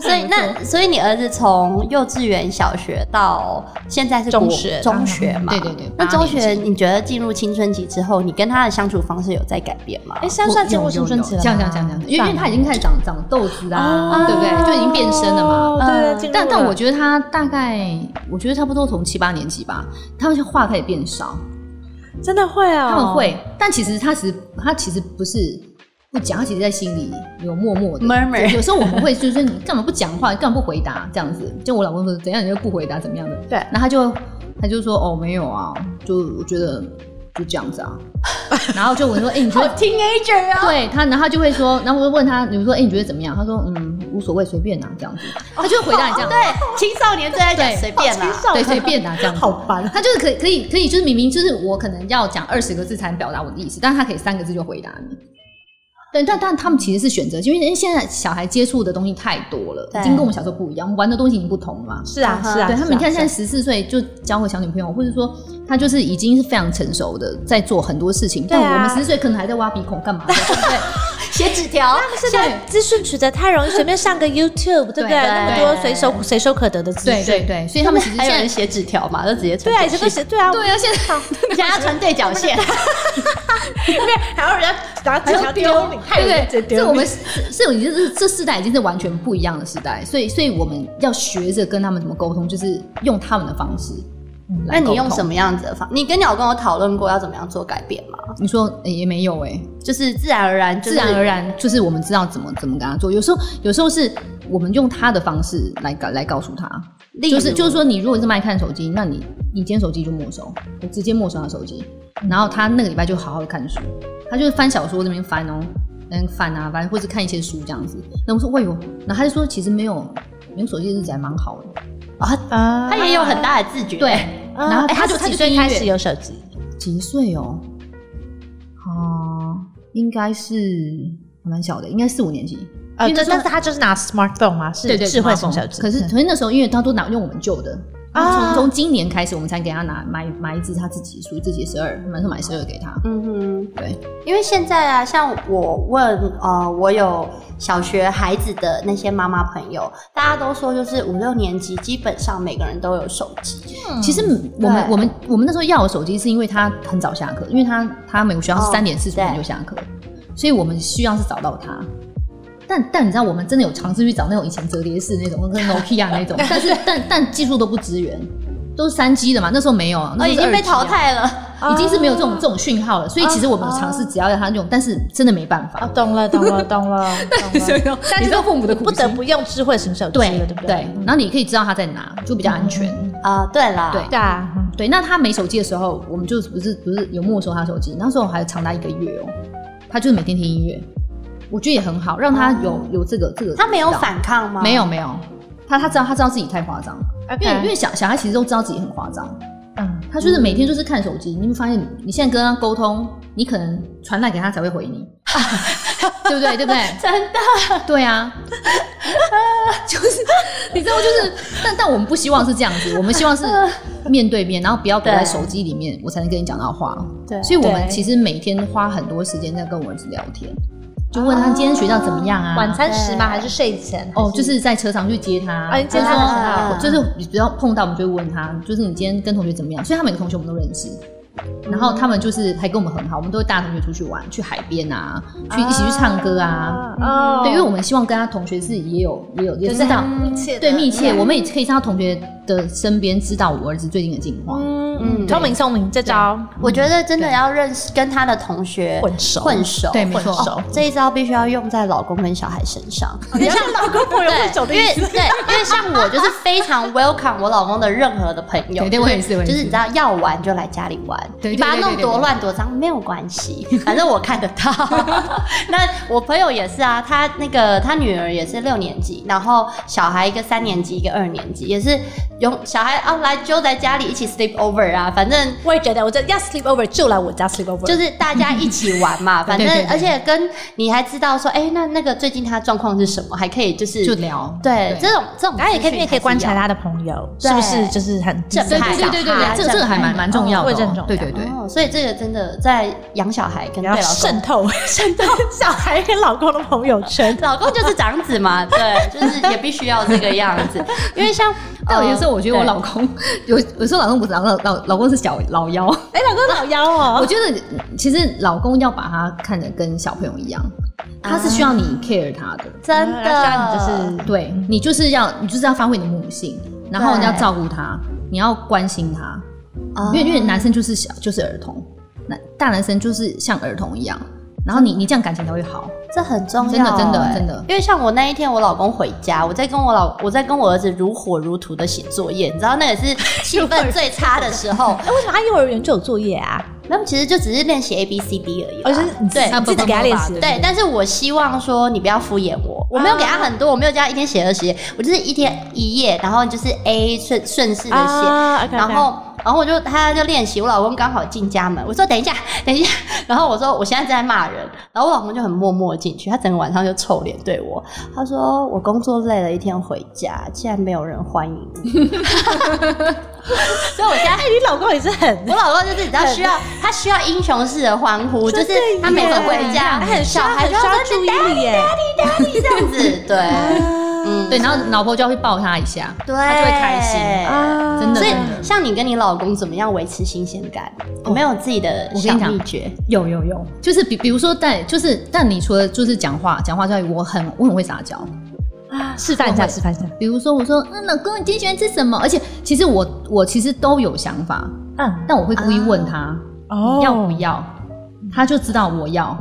S1: 所以
S3: 嗯
S1: 那所以你儿子从幼稚园、小学到现在是国
S2: 中学
S1: 中学嘛？
S3: 啊嗯对对对
S1: 那
S3: 八
S1: 中
S3: 年
S1: 学你觉得进入青春期之后，你跟他的相处方式有在改变吗？
S2: 哎，现在算进入青春期了吗，
S3: 这样这样这样这样，因为因为他已经开始长长痘子
S2: 啊
S3: 啦，对不对？就已经变身了嘛。
S2: 哦对
S1: 嗯
S2: 进入
S3: 但但
S2: 了
S3: 我觉得他大概，我觉得差不多从七八年级吧，他们话开始变少，
S2: 真的会哦，
S3: 他们会，但其实他其实他其实不是不讲，他其实在心里有默默的
S1: Murmur
S3: 有时候我们会就是你干嘛不讲话，干嘛不回答这样子？就我老公说怎样你就不回答怎么样的，
S1: 对
S3: 然后他就他就说哦没有啊，就我觉得就这样 子啊，然后就我说哎、你觉得
S1: teenager 啊，
S3: 对他，然后他就会说，然后我就问他，你说，哎、你觉得怎么样？他说，嗯，无所谓，随便拿、这样子，他就会回答你这样，
S1: 对，青少年最爱讲
S3: 对
S1: 随便啦。
S3: 对，随便拿、这样子，
S2: 好烦。
S3: 他就是可以可以可以，就是明明就是我可能要讲二十个字才能表达我的意思，但是他可以三个字就回答你。对，但但他们其实是选择，因为因为现在小孩接触的东西太多了，
S1: 对
S3: 已经跟我们小时候不一样，我们玩的东西已经不同了嘛。
S2: 是啊是啊，
S3: 对他
S2: 是
S3: 们，
S2: 啊
S3: 你看现在
S2: 是
S3: 十四岁就交个小女朋友，或者说他就是已经是非常成熟的，在做很多事情。
S2: 对啊
S3: 但我们十四岁可能还在挖鼻孔干嘛的？对不对？
S1: 写纸条，
S2: 啊现在资讯取得太容易，随便上个 YouTube，对不对？
S3: 对
S2: 那么多随手随手可得的资
S3: 对
S2: 讯，
S3: 对对，所以他们其实
S1: 还
S3: 现
S1: 有人
S3: 在
S1: 写纸条嘛，就直接
S2: 对
S1: 传
S2: 啊，
S1: 过
S2: 这
S1: 去
S2: 个是对啊，
S3: 对啊，现在
S1: 而且还要穿对角线，
S2: 因为还有人家拿纸条丢你，害
S3: 对
S2: 人
S3: 不对？
S2: 直接
S3: 这
S2: 丢
S3: 我
S2: 你
S3: 们。是这已经是这世代已经是完全不一样的时代，所以所以我们要学着跟他们怎么沟通，就是用他们的方式
S1: 那
S3: 来沟通。
S1: 你用什么样子的方？你跟你老公有讨论过要怎么样做改变吗？
S3: 你说、诶也没有哎、
S1: 就是自然而然，就是
S3: 自然而然就是我们知道怎么怎么跟他做。有时候有时候是我们用他的方式来告来告诉他，
S1: 例如，
S3: 就是就是说，你如果是爱看手机，那你你今天手机就没收，我直接没收他手机，然后他那个礼拜就好好的看书，他就是翻小说那边翻哦，嗯翻啊翻，或者看一些书这样子。那我说，哎呦，然后他就说，其实没有没有手机的日子还蛮好的，
S2: 啊
S1: 他也有很大的自觉，
S3: 对。
S2: 啊
S3: 然后
S2: 哎
S3: 他就
S2: 是
S3: 他
S2: 几
S3: 就
S2: 岁
S3: 听
S2: 开
S3: 音乐
S2: 始有手机？
S3: 几岁哦？哦，应该是还蛮小的，应该四五年级。
S2: 呃，
S3: 因为
S2: 对，
S3: 那时候
S2: 但是他就是拿 smartphone 嘛，是
S3: 对对，
S2: 智慧型
S3: smartphone
S2: 手机。
S3: 可是可是那时候，因为他都拿用我们旧的，
S2: 啊
S3: 从从今年开始，我们才给他拿买买一支他自己属于自己的十二，马上买十二给他。
S1: 嗯哼，
S3: 对，
S1: 因为现在啊，像我问呃，我有小学孩子的那些妈妈朋友，大家都说就是五六年级，基本上每个人都有手机。
S3: 其实我们我们我们那时候要我手机，是因为他很早下课，因为他他美国学校
S1: 哦
S3: 是三点四十分就下课，所以我们需要是找到他。但但你知道，我们真的有尝试去找那种以前折叠式那种，跟 Nokia 那种，但是但但技术都不支援，都是三 G 的嘛，那时候没有，
S1: 哦，
S3: 那时候
S1: 已
S3: 是
S1: 经被
S3: 2G 啊
S1: 淘，汰了。
S2: 哦
S3: 已经是没有这种这种讯号了。所以其实我们有尝试，只要让他用，但是真的没办
S2: 啊，
S3: 法。
S2: 懂了，懂了，懂了， 懂了。
S3: 但是父母的
S2: 不得不用智慧型手机
S3: 对
S2: 了，对不
S3: 对，然后你可以知道他在哪，就比较安全。
S1: 啊、对啦，
S3: 对
S2: 对啊，嗯
S3: 对，那他没手机的时候，我们就不是不是有没收他手机，那时候还长达一个月哦，他就是每天听音乐，我觉得也很好，让他有、有这个这个。
S1: 他没有，反抗吗？
S3: 没，有没有，他他知道他知道自己太夸张了，因为
S2: OK
S3: 因为小小孩其实都知道自己很夸张，
S2: 嗯，
S3: 他就是每天就是看手机，你会发现你你现在跟他沟通，你可能传来给他才会回你， 对不对？对不对？
S1: 真的
S3: 对啊， 就是你知道，就是，但但我们不希望是这样子，我们希望 是面对面，然后不要躲在
S1: 对
S3: 手机里面，我才能跟你讲到话。
S1: 对
S3: 所以我们
S2: 对
S3: 其实每天花很多时间在跟我儿子聊天，就问他今天学校怎么样啊？
S2: 晚餐时
S1: 对
S2: 吗？还是睡前？
S3: 哦，就是在车上去接他，
S2: 啊你接他
S3: 就说
S2: 很
S1: 好
S3: 就是只要碰到我们就会问他，就是你今天跟同学怎么样？所以他每个同学我们都认识，然后他们就是还跟我们很好，我们都会带同学出去玩，去海边啊，去一起去唱歌啊。
S2: 哦
S3: 对，因为我们希望跟他同学是也有也有也
S2: 就
S3: 知
S2: 是
S3: 道
S2: 很密切的，嗯
S3: 对密切，我们也可以在他同学的身边知道我儿子最近的近况。
S2: 嗯，聪明聪明，这招
S1: 我觉得真的要认识跟他的同学
S2: 混熟
S1: 混熟，
S3: 对没
S2: 混
S3: 错
S2: 熟，
S1: 这一招必须要用在老公跟小孩身 上。
S2: 你像老公朋友混熟的
S1: 对，因
S2: 意
S1: 为
S2: 思。
S1: 对，因为像我就是非常 welcome 我老公的任何的朋友，
S3: 对对我也是我也
S1: 就是
S3: 是
S1: 你知道要玩就来家里玩，
S3: 对对
S1: 你把它
S3: 对对
S1: 弄
S3: 对
S1: 多
S3: 对
S1: 乱多脏没有关 系，反正我看得到。那我朋友也是啊，他那个他女儿也是六年级，然后小孩一个三年级，一个二年级，也是有小孩啊来就在家里一起 sleep over 啊，反正
S2: 我也觉得，我这要 sleep over 就来我家 sleep over，
S1: 就是大家一起玩嘛，反
S3: 对
S1: 正
S3: 对对
S1: 而且跟你还知道说，哎、那那个最近他状况是什么，还可以就是
S3: 就聊
S1: 对这种这种，
S2: 然后也可以，你也可以观察
S1: 他。
S2: 他的朋友
S1: 对
S2: 是不是就是很
S1: 正
S3: 对
S1: 派
S3: 对对对
S1: 小孩
S3: 对，这个这个还蛮蛮重要
S2: 哦
S3: 的
S2: 会这
S3: 哦
S2: 种，
S3: 对对对。
S1: 哦，所以这个真的在养小孩跟对
S2: 然
S1: 老
S2: 后
S1: 公
S2: 渗 透渗透小 孩跟老公的朋友圈，
S1: 老公就是长子嘛， 对，就是也必须要这个样子，因为像呃
S3: 但有时候我觉得我老
S1: 公
S3: 公 有，有时候老公不是老老老老公是小老幺。
S2: 哎，老公老妖
S3: 我
S2: 哦，
S3: 觉得其实老公要把他看得跟小朋友一样，
S2: 啊
S3: 他是需要你 care 他的，
S1: 真的
S2: 然后呃让你就是
S3: 对你就是要你就是要发挥你的母性，然后
S1: 对
S3: 你要照顾他，你要关心他，因为因为男生就是小就是儿童，男大男生就是像儿童一样，然后你你这样感情才会好，
S1: 这很重要、
S3: 真的真的
S1: 欸
S3: 真的
S1: 因为像我那一天，我老公回家，我在跟我老我在跟我儿子如火如荼的写作业，你知道那也是气氛最差的时候。
S2: 哎，为什么他幼儿园就有作业啊？
S1: 那其实就只是练习 A B C D 而已啦。
S2: 而哦是你自
S1: 对
S2: 己自己给他练习的，
S1: 对，但是我希望说你不要敷衍
S2: 啊
S1: 我，我没有给他很多，我没有叫他一天写二十页，我就是一天一页，然后就是 A 顺顺势的写，
S2: 啊，OK，OK
S1: 然后。然后我就他就练习，我老公刚好进家门，我说等一下， 等一下，然后我说我现在正在骂人，然后我老公就很默默地进去，他整个晚上就臭脸对我，他说我工作累了一天回家，竟然没有人欢迎你，所以我现在
S2: 哎，你老公也是很
S1: 我老公就是你知道需要他需要英雄式的欢呼，就是他每次回家，
S2: 他很
S1: 小孩
S2: 很
S1: 就
S2: 需要
S1: 要
S2: 注
S1: 注
S2: 意
S1: 意
S2: 力耶，
S1: 这样子，对，嗯，
S3: 对，然后老婆就要会抱他一下，
S1: 对，
S3: 他就会开心，
S2: 啊
S3: 真的
S1: 所以
S3: 真的，
S1: 像你跟你老公怎么样维持新鲜感？有没有自己的
S3: 我
S1: 小
S3: 跟你讲
S1: 秘诀？
S3: 有有有，就是比比如说但就是但你除了就是讲话讲话之外，我很我很会撒娇，
S2: 示范一下，示范一下，
S3: 比如说我说嗯老公你今天喜欢吃什么，而且其实我我其实都有想法，
S2: 嗯，
S3: 但我会故意问他、
S2: 哦
S3: 要不要，他就知道我要。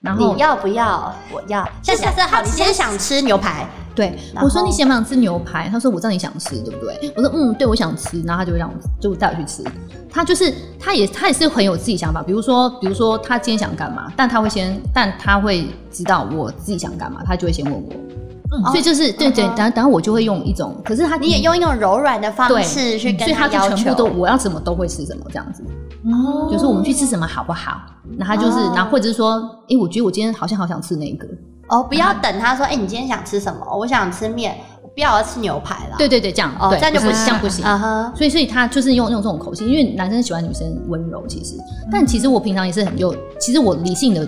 S3: 然后
S1: 你要不要？我要。像假设好，你嗯今天想吃牛排，
S3: 对
S1: 然后
S3: 我说你想不想吃牛排？他说我知道你想吃，对不对？我说嗯，对我想吃，然后他就会让我就带我去吃。他就是他也他也是很有自己想法，比如说比如说他今天想干嘛，但他会先但他会知道我自己想干嘛，他就会先问我。
S2: 嗯
S3: 所以就是对对，然后然后我就会用一种，可是他
S1: 哦你也用一种柔软的方
S3: 对
S1: 式去
S3: 所
S1: 跟
S3: 以他就
S1: 要
S3: 全
S1: 求
S3: 部都。我要什么都会吃什么这样子。
S2: 哦
S3: 就说我们去吃什么好不好？然后他就是
S1: 哦，
S3: 然后或者是说，诶，我觉得我今天好像好想吃那个。
S1: 哦，不要等他说，哎，你今天想吃什么？我想吃面，我不要吃牛排了。
S3: 对对对，这样
S1: 哦，
S3: 对，
S1: 这样就不
S3: 是
S1: 行，
S3: 这样不行。
S1: 啊哈。
S3: 所以，所以他就是用用这种口气，因为男生喜欢女生温柔，其实，但其实我平常也是很有，其实我理性的，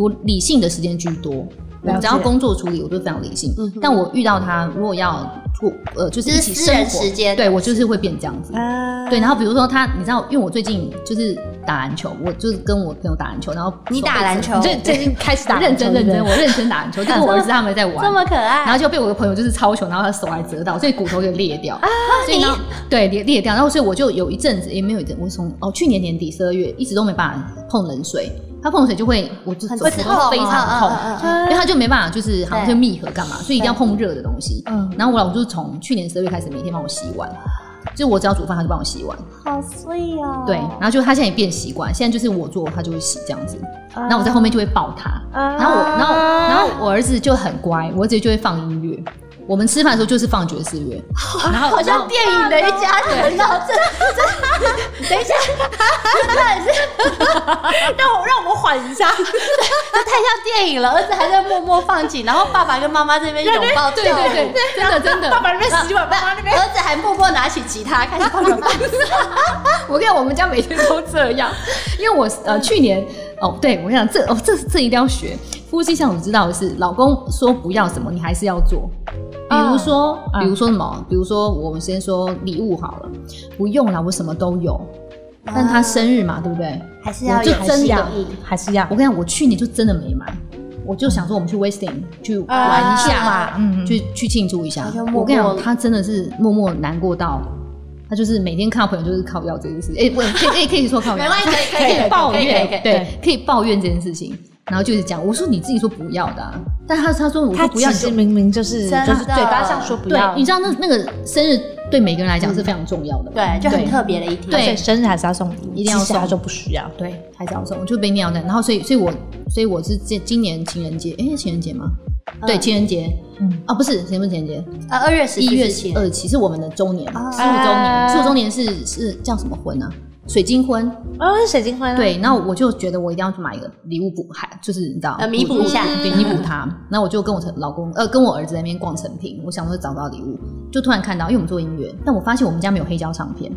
S3: 我理性的时间居多。我
S2: 了解
S3: 只要工作处理，我都非常理性。
S1: 嗯哼
S3: 但我遇到他，如果要过呃，就是
S1: 就是
S3: 一起
S1: 私
S3: 生
S1: 人
S3: 活
S1: 时间
S3: 对我就是会变这样子。
S2: 啊
S3: 对，然后比如说他，你知道，因为我最近就是打篮球，我就是跟我朋友打篮球，然后
S1: 你打篮球
S3: 手
S2: 最
S3: 被
S2: 最近开 始打
S3: 认真认真，
S2: 我
S3: 我认真打篮球，但是我儿子他们在
S1: 这
S3: 玩。
S1: 么可爱，
S3: 然后就被我的朋友就是抄球，然后他手还折到，所以骨头就裂掉。啊，所以呢，对裂裂掉，然后所以我就有一阵子也没有一阵，我从哦去年年底十二月一直都没办法碰冷水，他碰冷水就会我就
S1: 很
S3: 手
S1: 刺
S3: 指
S1: 痛
S3: 头非常痛，
S1: 嗯嗯嗯
S3: 因为他就没办法就是好像
S1: 对
S3: 就密合干嘛，所以一定要碰热的东西。
S2: 嗯
S3: 然后我老公就是从去年十二月开始每天帮我洗碗，就是我只要煮饭他就帮我洗碗，
S1: 好 sweet 哦。
S2: 啊
S3: 对，然后就他现在也变习惯，现在就是我做他就会洗这样子，然后我在后面就会抱他，
S2: 啊
S3: 然后我然后 然后我儿子就很乖，我儿子就会放音乐，我们吃饭的时候就是放爵士 乐，然后
S1: 好像电影的一家人哦，这这，等一下，这到底是
S2: 让我让我缓 一下，
S1: 这太像电影了，儿子还在默默放紧，然后爸爸跟妈妈这边拥抱，
S3: 对对对，真的真的，
S2: 爸爸那边洗碗，爸爸那边
S1: 儿子还默默拿起吉他开始放着伴
S3: 我跟你讲，我们家每天都 这样，因为我呃去年哦，对我想这哦这这一定要学。夫妻相处之道是，老公说不要什么，你还是要做。
S1: 啊
S3: 比如说，
S2: 嗯
S3: 比如说什么？比如说，我们先说礼物好了，不用啦，我什么都有。但
S1: 啊
S3: 他生日嘛，对不对？
S1: 还是
S3: 我
S1: 要
S3: 就
S1: 还
S3: 真
S1: 是
S3: 的
S1: 要
S2: 还是要
S3: 我跟你讲，我去年就真的没买，我就想说我们去 Westin 去玩一下
S2: 啊嗯
S3: 去去庆祝一下
S1: 他就。默默
S3: 我跟你讲，他真的是默默难过到，他就是每天看到朋友就是靠药这件事，哎、我可以可以可以说靠药，
S1: 没关系可以
S3: 可
S1: 可以可以
S3: 以抱
S1: 可以可以可以
S3: 怨，对，可以抱怨这件事情。然后就是讲，我说你自己说不要的、啊，但他他说我
S2: 他
S3: 说不
S2: 其
S3: 要，你
S2: 实
S3: 就
S2: 明明就是
S1: 真的
S2: 就是嘴巴上说不
S3: 对
S2: 要，，
S3: 你知道那那个生日对每个人来讲是非常重要的嘛，
S1: 对，就很特别的一天。
S2: 所以
S3: 对
S2: 生日还是要送礼物，
S3: 一定要
S2: 其实他
S3: 送
S2: 就不需要。
S3: 对，太早送就被尿在，然后所以所以我所以我是这今年情人节，哎、是情人节吗？
S1: 嗯
S3: 对，情人节，
S2: 嗯
S3: 嗯啊，不是，什么情人节？
S1: 呃，二月十
S3: 一月
S1: 前，
S3: 二七是我们的周年，
S1: 啊
S3: 十五周年，十五周年是是叫什么婚啊？水晶婚，
S2: 哦，水晶
S1: 嗯
S2: 婚啊
S3: 对，那我就觉得我一定要去买一个礼物补，还就是你知道
S1: 呃弥补一下
S3: 嗯对，弥补他。那我就跟我老公，呃，跟我儿子在那边逛成品，我想说找到礼物，就突然看到，因为我们做音乐，但我发现我们家没有黑胶唱片，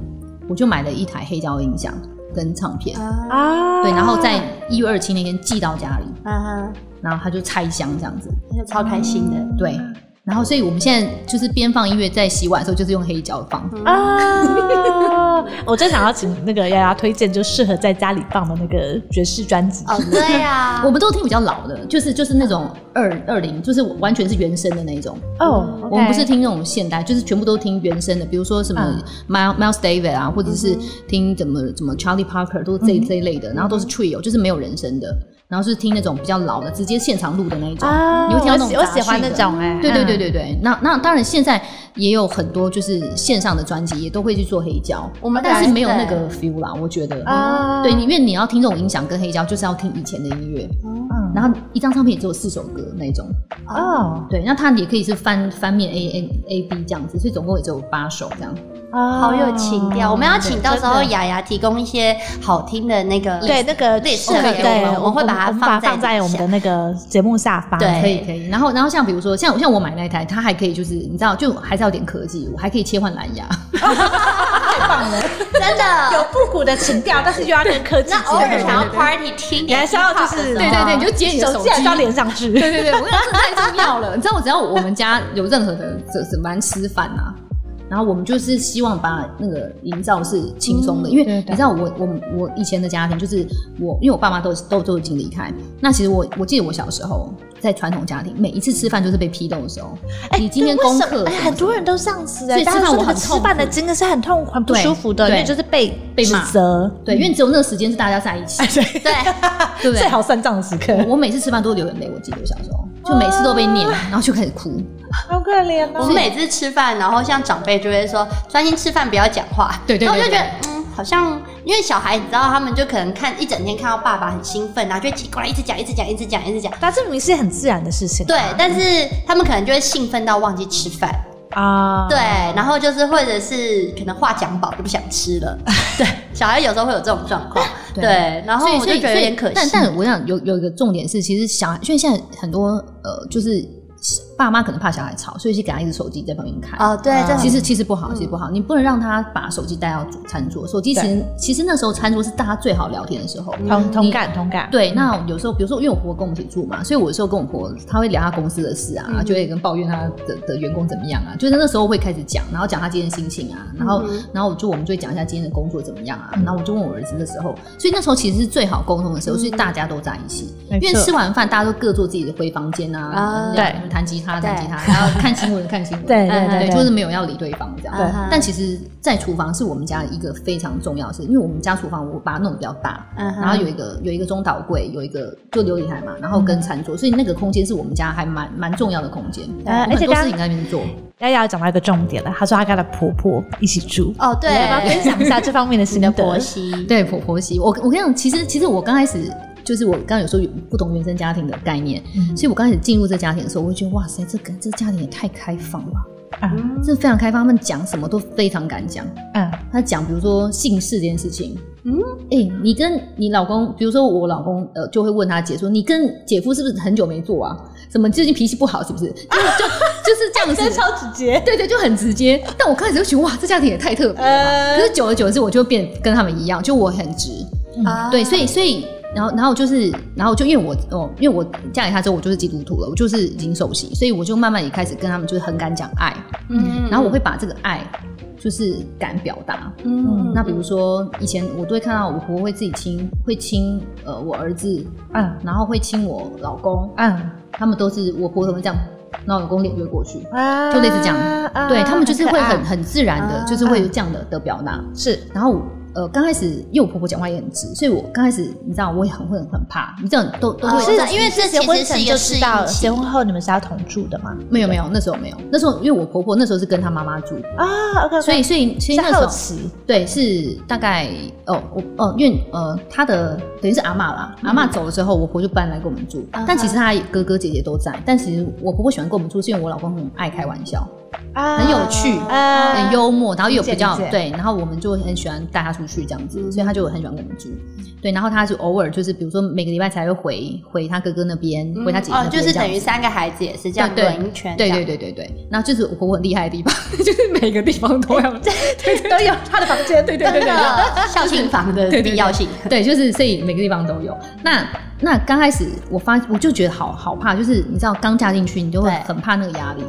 S3: 我就买了一台黑胶音响跟唱片，
S1: 啊
S2: 啊，
S3: 对，然后在一月二七那天寄到家里，
S1: 啊，
S3: 然后他就拆箱这样子，
S2: 嗯
S1: 那就超开心的。
S3: 对。然后，所以我们现在就是边放音乐，在洗碗的时候就是用黑胶放，
S2: 嗯啊， 我真想要请那个丫丫推荐，就适合在家里放的那个爵士专辑。
S1: 哦，对呀
S3: 我，们都听比较老的，就是就是那种二二零，就是完全是原声的那一种。
S2: 哦
S3: 我们不是听那种现代，就是全部都听原声的，比如说什么
S2: 嗯
S3: Miles Miles David 啊，或者是听怎么怎么 Charlie Parker 都是
S2: 嗯
S3: 这这一类的，然后都是 trio，就是没有人声的，然后是听那种比较老的，直接现场录的那一种。
S2: 啊，
S3: 你会听到
S2: 我
S3: 那种
S2: 喜我
S3: 杂
S2: 喜欢那
S3: 讯的
S2: 种哎，
S3: 对对对
S2: 嗯，
S3: 对对，那那当然现在也有很多就是线上的专辑也都会去做黑胶，
S1: 我们
S3: 但
S1: 当然
S3: 是没有
S1: 对
S3: 那个 feel 啦，我觉得。
S2: 啊
S3: 对，因为你要听这种音响跟黑胶，就是要听以前的音乐，
S2: 嗯
S3: 然后一张唱片也只有四首歌那一种。
S2: 哦
S3: 对，那它也可以是翻翻面 A N A B 这样子，所以总共也只有八首这样。
S2: 啊
S1: 好有情调。我们要请
S2: 对
S1: 到时候
S2: 真的
S1: 雅雅提供一些好听的那个
S2: 对那个
S1: 类似
S2: 我们
S1: 的
S2: 对，
S1: 我们我会把它
S2: 我们把它
S1: 放
S2: 放
S1: 在
S2: 在我们的那个节目下方。
S1: 对
S3: 可以可以，然后然后像比如说像像我买那一台，它还可以就是你知道，就还是要有点科技，我还可以切换蓝牙。
S1: 真
S2: 有
S1: 的。
S2: 复古的情调，但是又要跟科技结
S1: 那偶尔想
S2: 合。
S1: 要 party 听，
S2: 你还是要就是
S3: 对对对，你就接你的
S2: 手
S3: 手
S2: 机
S3: 机
S2: 还是要连上去。
S3: 对对对，我跟你讲，这太重要了。你知道，我只要我们家有任何的这怎么吃饭啊，然后我们就是希望把那个营造是轻松的，因
S2: 嗯对
S3: 为
S2: 的
S3: 你知道我我我以前的家庭就是我，因为我爸妈都都都已经离开。那其实我我记得我小时候在传统家庭，每一次吃饭就是被批斗的时候，你今天
S2: 对为
S3: 功
S2: 什
S3: 课
S2: 么哎
S3: 什么
S2: 很多人都这样子哎，
S3: 所以吃
S2: 大家
S3: 饭
S2: 说
S3: 我
S2: 那个
S3: 很
S2: 吃
S3: 痛
S2: 饭的
S3: 苦
S2: 经历是很痛苦、很不
S3: 对
S2: 舒服的，因
S3: 对
S2: 为就是被
S3: 被
S2: 指
S3: 骂
S2: 责，
S3: 对，因为只有那个时间是大家在一
S2: 哎
S3: 起，
S1: 对，
S3: 对不对
S2: 最？好算账的时刻，
S3: 我每次吃饭都流眼泪，我记得我小时候就每次都被
S2: 啊
S3: 念，然后就开始哭。
S2: 好可怜哦
S1: 我们每次吃饭，然后像长辈就会说专心吃饭，不要讲话。
S3: 对对对
S1: 然后我就
S3: 对
S1: 觉得嗯，好像因为小孩，你知道他们就可能看一整天看到爸爸很兴奋，然后就会挤过来一直讲，一直讲，一直讲，一直讲。
S2: 但这明明是很自然的事情
S1: 对，但是他们可能就会兴奋到忘记吃饭，
S2: 啊，
S1: 对，然后就是或者是可能话讲饱就不想吃了， 对，小孩有时候会有这种状况，
S3: 对
S1: 对，然后
S3: 所以
S1: 哦我就
S3: 所以
S1: 觉得有点可惜，
S3: 但但我想有有一个重点是，其实小孩，因为现在很多呃，就是爸妈可能怕小孩吵，所以就给他一只手机在旁边看。
S1: 哦，对，这很嗯
S3: 啊其实其实不好，其实不好，你不能让他把手机带到主餐桌。手机其实其实那时候餐桌是大家最好聊天的时候。
S2: 同同
S3: 你
S2: 感同感，
S3: 对，那有时候，比如说，因为我婆婆跟我们一起住嘛，所以我有时候跟我婆，她会聊她公司的事
S2: 嗯
S3: 啊，就会跟抱怨她的的员工怎么样啊，就是那时候会开始讲，然后讲她今天的心情啊，然后、
S2: 嗯
S3: 然后我就我们就会讲一下今天的工作怎么样啊，然后我就问我儿子的时候，所以那时候其实是最好沟通的时候，所以大家都在一起，
S2: 嗯没
S3: 因为
S2: 错
S3: 吃完饭大家都各做自己的回房间啊
S1: 啊，
S3: 然后
S2: 对
S3: 弹吉他
S1: 对
S3: 弹吉他，然后看新闻看新 闻，
S2: 对对
S1: 嗯
S2: 对，
S3: 对，
S2: 对
S3: 就是没有要理对方这样。
S1: 对
S3: 但其实，在厨房是我们家一个非常重要的事，因为我们家厨房我把它弄得比较大，
S1: 嗯哼
S3: 然后有一个有一个中岛柜，有一个就琉璃台嘛，然后跟餐桌，所以那个空间是我们家还蛮蛮重要的空间。
S2: 呃
S3: 我
S2: 而且
S3: 很多
S2: 刚
S3: 事情在那边做，
S2: 丫丫讲到一个重点了，她说她跟她的婆婆一起住，
S1: 哦，对
S2: 你要不要，分享一下这方面的心
S1: 你的婆
S2: 得？
S1: 媳，
S3: 对婆婆媳，我我跟你讲，其实其实我刚开始就是我刚刚有说有不懂原生家庭的概念，
S2: 嗯
S3: 所以我刚开始进入这家庭的时候，我会觉得哇塞，这个这家庭也太开放了吧，
S1: 嗯
S3: 这非常开放，他们讲什么都非常敢讲。
S2: 嗯，
S3: 他讲，比如说姓氏这件事情，
S1: 嗯
S3: 嗯，哎、你跟你老公，比如说我老公，呃，就会问他姐说，你跟姐夫是不是很久没做啊？怎么最近脾气不好？是不是？就就就是这样
S1: 哎
S2: 真
S3: 子，
S2: 超直接，
S3: 对对，就很直接。但我开始就觉得，哇，这家庭也太特别了吧。
S2: 呃
S3: 嗯可，是久而久之，我就变跟他们一样，就我很直，
S1: 啊
S3: 对，所以所以。然后，然后就是，然后就因为我，哦，因为我嫁给他之后，我就是基督徒了，我就是已经受洗，所以我就慢慢也开始跟他们就是很敢讲爱，
S1: 嗯
S3: 然后我会把这个爱就是敢表达。
S1: 嗯
S3: 那比如说以前我都会看到我婆婆会自己亲，会亲呃我儿子，
S2: 嗯
S3: 然后会亲我老公，
S2: 嗯
S3: 他们都是我婆婆会这样，然后我老公脸就会过去。
S2: 啊
S3: 就类似这样
S2: 样
S3: 对他们就是会很很自然
S2: 啊
S3: 的，就是会有这样的的表达。
S2: 是
S3: 然后呃，刚开始因为我婆婆讲话也很直，所以我刚开始你知道我也很会很怕，你这样都都
S2: 啊
S1: 哦
S3: 会
S1: 是
S3: 这样
S1: 因为这
S2: 结
S1: 其
S2: 婚
S1: 实
S2: 前
S1: 是一
S2: 就
S1: 个适
S2: 知
S1: 应
S2: 道，
S1: 期
S2: 结婚后你们是要同住的嘛？
S3: 没有没有，那时候没有，那时候因为我婆婆那时候是跟她妈妈住，
S2: 啊，OK，
S3: 所以所以所
S2: 是
S3: 以那时
S2: 好
S3: 候
S2: 奇，
S3: 对是大概哦我哦因为呃她的等于是阿嬷啦，阿
S2: 嗯
S3: 嬷走了之后，我婆就搬来跟我们住
S1: 啊哈，
S3: 但其实她哥哥姐姐都在，但其实我婆婆喜欢跟我们住，是因为我老公很爱开玩笑，
S2: 很
S3: 很有趣
S2: 啊
S3: 很幽默，然后又
S2: 理解
S3: 比较
S2: 理解嗯
S3: 对，然后我们就很喜欢带他出去这样子，所以他就很喜欢跟我们住。对，然后他就偶尔就是比如说每个礼拜才会回回他哥哥那边，回他姐姐
S2: 嗯
S3: 那
S1: 哦，
S3: 边
S1: 就是
S3: 这样
S1: 等于
S3: 子
S1: 三个孩子也是这样
S3: 对对
S1: 轮圈这
S3: 对
S1: 样，
S3: 对对对对，然后就是我婆婆很厉害的地方， 就是每个地方 都要
S2: 都有他的房间，对 对
S1: 真的 孝敬房的必要 性。
S3: 对，就是所以每个地方都有。那那刚开始我发我就觉得好好怕，就是你知道刚嫁进去，你就会
S1: 对
S3: 很怕那个压力，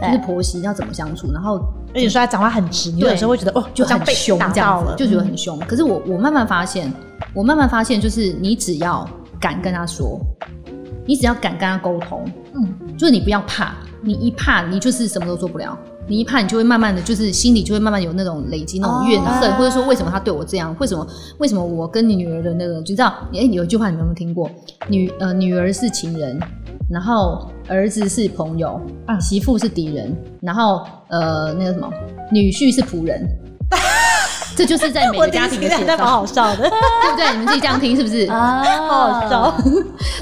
S1: 对
S3: 就是婆媳要怎么相处，然后
S2: 而且说他讲话很直，你有
S3: 对
S2: 时候会觉得哦，
S3: 就
S2: 好像
S3: 很
S2: 被
S3: 凶
S2: 打
S3: 这
S2: 到
S3: 样子嗯
S2: 了，，
S3: 就觉得很凶。可是我我慢慢发现，我慢慢发现，就是你只要敢跟他说，你只要敢跟他沟通，
S2: 嗯
S3: 就是你不要怕，你一怕你就是什么都做不了。你一怕，你就会慢慢的就是心里就会慢慢有那种累积那种怨恨，
S2: 哦
S3: 或者说为什么他对我这样，为什么为什么我跟你女儿的那个，你知道，哎、有一句话你们有没有听过？女呃，女儿是情人，然后儿子是朋友，
S2: 嗯
S3: 媳妇是敌人，然后呃，那个什么，女婿是仆人。这就是在每
S2: 我
S3: 个
S2: 第
S3: 家
S2: 一
S3: 庭
S2: 次
S3: 的
S2: 听
S3: 写
S2: 还蛮
S3: 照，
S2: 好笑的，
S3: 对不对？你们自己这样听是不是？
S1: 啊，
S3: 哦
S2: 好好笑，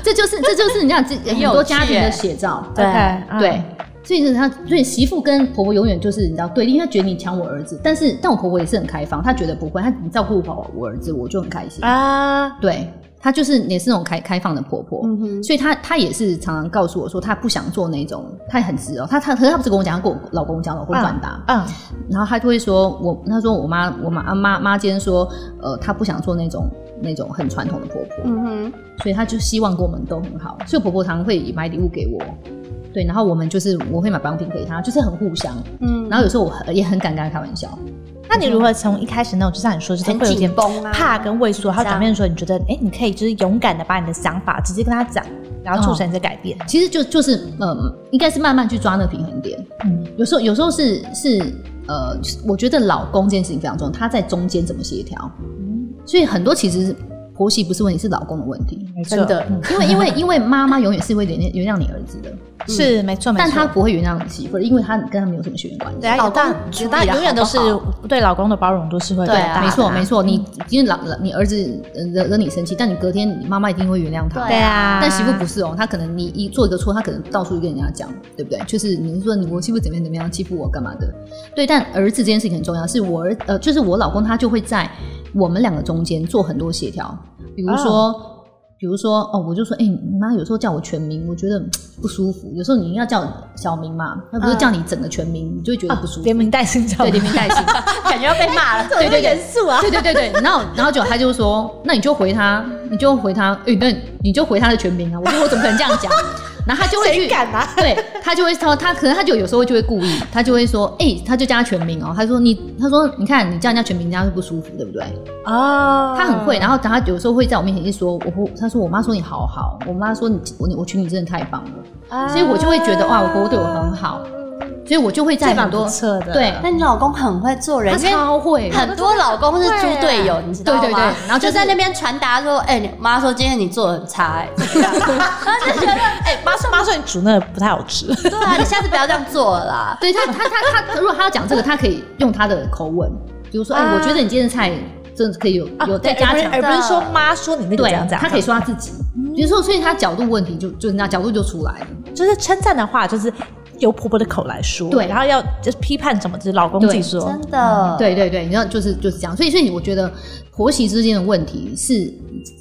S3: 这就是这就是你看这很
S1: 有
S3: 多
S1: 趣
S3: 家庭
S1: 耶
S3: 的写照，
S1: 对
S2: OK，嗯
S3: 对，所以就是她，所以媳妇跟婆婆永远就是你知道对立，因为她觉得你抢我儿子，但是但我婆婆也是很开放，她觉得不会，她你照顾好我儿子，我就很开心。
S2: 啊，
S3: 对，她就是也是那种开开放的婆婆，
S1: 嗯哼，
S3: 所以她她也是常常告诉我说，她不想做那种，她很直哦，她她可是她不是跟我讲，她跟我老公讲，老公转达，
S2: 嗯
S3: 然后她就会说，我她说我妈我妈妈妈今天说，呃，她不想做那种那种很传统的婆婆，
S1: 嗯哼，
S3: 所以她就希望跟我们都很好，所以婆婆常会买礼物给我，对，然后我们就是我会买保养品给她，就是很互相。
S1: 嗯，
S3: 然后有时候我很也很敢跟她开玩笑，
S2: 那你如何从一开始那种，就像你说，就是
S1: 很
S2: 会有点
S1: 紧绷啊，
S2: 怕跟畏缩，还有
S1: 这
S2: 转
S1: 样
S2: 变的时候，你觉得，哎，你可以就是勇敢的把你的想法直接跟他讲，然后促成你的改变。
S3: 其实就就是嗯，应该是慢慢去抓那个平衡点。
S2: 嗯，
S3: 有时候有时候是是呃，我觉得老公这件事情非常重要，他在中间怎么协调，
S2: 嗯
S3: 所以很多其实婆媳不是问题，是老公的问题，
S2: 没错
S3: 真的
S2: 嗯，
S3: 因为因为因为妈妈永远是会原谅原谅你儿子的，
S2: 是没错，没错。
S3: 但她不会原谅媳妇儿，因为她跟她没有什么血缘关系。
S2: 对啊，
S1: 老
S2: 有
S1: 公
S2: 大
S1: 主
S2: 有大
S1: 义的
S2: 永远
S1: 好
S2: 都
S1: 不
S2: 是
S1: 好
S2: 对老公的包容度是会
S1: 对
S2: 更
S1: 啊
S2: 大的啊，
S3: 没错，没错，你因为老老你儿子呃惹惹你生气，但你隔天你妈妈一定会原谅他。
S1: 对
S2: 对啊。
S3: 但媳妇不是哦，她可能你一做一个错，她可能到处跟人家讲，对不对？就是你说你我媳妇怎么样怎么样欺负我干嘛的？对，但儿子这件事情很重要，是我儿呃，就是我老公他就会在我们两个中间做很多协调，比如说。比如说，哦，我就说，哎、你妈有时候叫我全名，我觉得嗯不舒服。有时候你要叫小名嘛，她不是叫你整个全名，你就会觉得不舒服。
S2: 连名带姓叫
S3: 对，连名 带姓。
S1: 感觉要被骂了，
S2: 对对严肃啊，
S3: 对对对对，然后然后就他就说，那你就回他，你就回他，哎、那你就回他的全名啊！我说我怎么可能这样 讲？然后他就会
S2: 谁
S3: 去，
S2: 敢啊？
S3: 对他就会说他可能他就有时候就会故意，他就会说，哎、他就叫他全名哦，他说你，他说你看你叫人家全名，人家会不舒服，对不对？
S2: 哦，
S3: 他很会，然后他有时候会在我面前一说，我婆他说我妈说你好好，我妈说你我我娶你真的太棒了，
S2: 啊，
S3: 所以我就会觉得哇，我婆婆对我很好，所以我就会
S2: 这
S3: 在很
S2: 蛮
S3: 多
S2: 不错的，
S3: 对
S1: 那你老公很会做人
S3: 他，
S1: 因为
S3: 超会，
S1: 很多老公是猪队友，你知道吗？
S3: 对对对然后就
S1: 就是在那边传达说，哎，你妈说今天你做的很差，哎， 然后就觉得，哎，妈说
S2: 妈说你煮那个不太好吃，
S1: 对啊，你下次不要这样做了啦。
S3: 对他，他他他，如果他要讲这个，他可以用他的口吻，比如说，哎、
S2: 啊
S3: 我觉得你今天的菜真的可以有、
S1: 啊
S3: 有
S2: 对
S3: 在加
S1: 哎
S3: 强
S2: 而不是而不是说妈说你那个
S3: 对
S2: 怎样，怎样，
S3: 他可以说他自己，
S1: 嗯
S3: 比如说，所以他角度问题就就是那角度就出来了，
S2: 就是称赞的话，就是由婆婆的口来说，
S3: 对
S2: 然后要就是批判什么，就是老公自己说，
S1: 真的，
S3: 嗯对对对，你知道就是就是这样，所以所以我觉得婆媳之间的问题是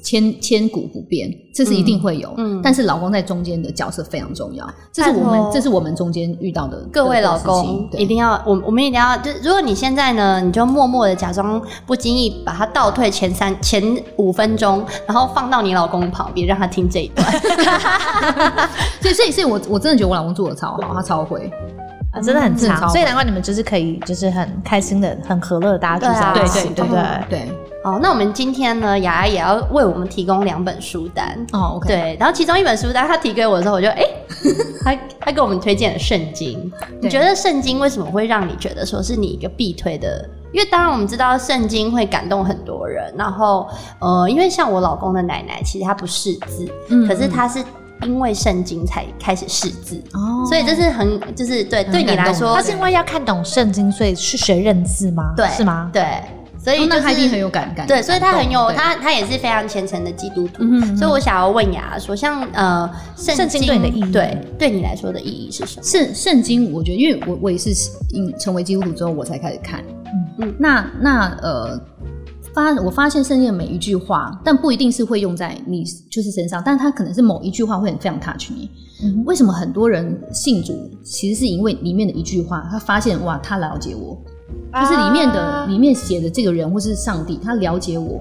S3: 千千古不变，这是一定会有，
S1: 嗯嗯
S3: 但是老公在中间的角色非常重要，这是
S1: 拜
S3: 我
S1: 托
S3: 们这是我们中间遇到的
S1: 各位老公一。定要，我我们一定要，就是如果你现在呢，你就默默的假装不经意把它倒退前三前五分钟，然后放到你老公旁边，让他听这一段。
S3: 对所以所以所以我我真的觉得我老公做的超好，他超会，嗯
S2: 啊，真的很
S3: 真的超
S2: 长，
S3: 会
S2: 所以难怪你们就是可以，就是很开心的、很和乐的大家聚在一起，
S1: 对
S2: 对
S1: 啊
S2: 不对？
S3: 对，
S1: 哦，那我们今天呢，雅雅也要为我们提供两本书单。
S3: 哦，OK，
S1: 对，然后其中一本书单，他提给我的时候，我就哎， 他他给我们推荐了《圣经》。你
S3: 对
S1: 觉得《圣经》为什么会让你觉得说是你一个必推的？因为当然我们知道《圣经》会感动很多人，然后呃，因为像我老公的奶奶，其实她不识字，
S3: 嗯
S1: 可是她是因为《圣经》才开始识字，
S3: 哦
S1: 所以这是很就是对对你
S3: 感
S1: 来
S3: 动
S1: 说
S2: 他，是因为要看懂圣经，所以去学认字吗？
S1: 对
S2: 是吗？
S1: 对，所以、就是
S3: 哦那他一定很有感感，
S1: 对，所以他很有
S3: 对
S1: 他他也是非常虔诚的基督徒，
S3: 嗯哼嗯哼
S1: 所以我想要问雅说，像呃圣
S2: 圣经对你的意义
S1: 对对你来说的意义是什么？
S3: 圣圣经，我觉得，因为我我也是因成为基督徒之后，我才开始看。
S1: 嗯嗯
S3: 嗯，那那呃，发我发现圣经的每一句话，但不一定是会用在你就是身上，但它可能是某一句话会很非常 touch 你。
S2: 嗯
S3: 为什么很多人信主，其实是因为里面的一句话，他发现哇，他了解我，就是里面的、
S2: 啊
S3: 里面写的这个人或是上帝，他了解我，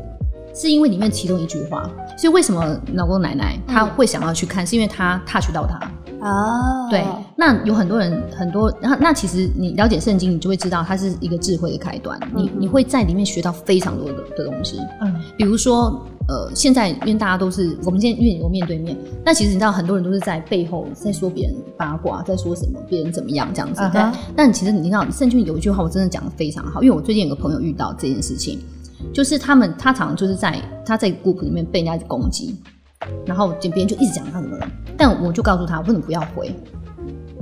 S3: 是因为里面其中一句话。所以为什么老公奶奶他会想要去看，是因为他 touch 到他。
S1: 哦，
S3: 对，那有很多人很多，然后那其实你了解圣经，你就会知道它是一个智慧的开端。你
S1: 嗯哼
S3: 你会在里面学到非常多的的东西，
S2: 嗯，
S3: 比如说呃，现在因为大家都是我们现在因为有面对面，那其实你知道很多人都是在背后在说别人八卦，在说什么别人怎么样这样子。
S2: 嗯
S3: 对
S2: 哼，
S3: 但其实你知道圣经有一句话我真的讲的非常好，因为我最近有个朋友遇到这件事情，就是他们他常常就是在他在 group 里面被人家攻击，然后就别人就一直讲他怎么了，但我就告诉他，我说你不要回，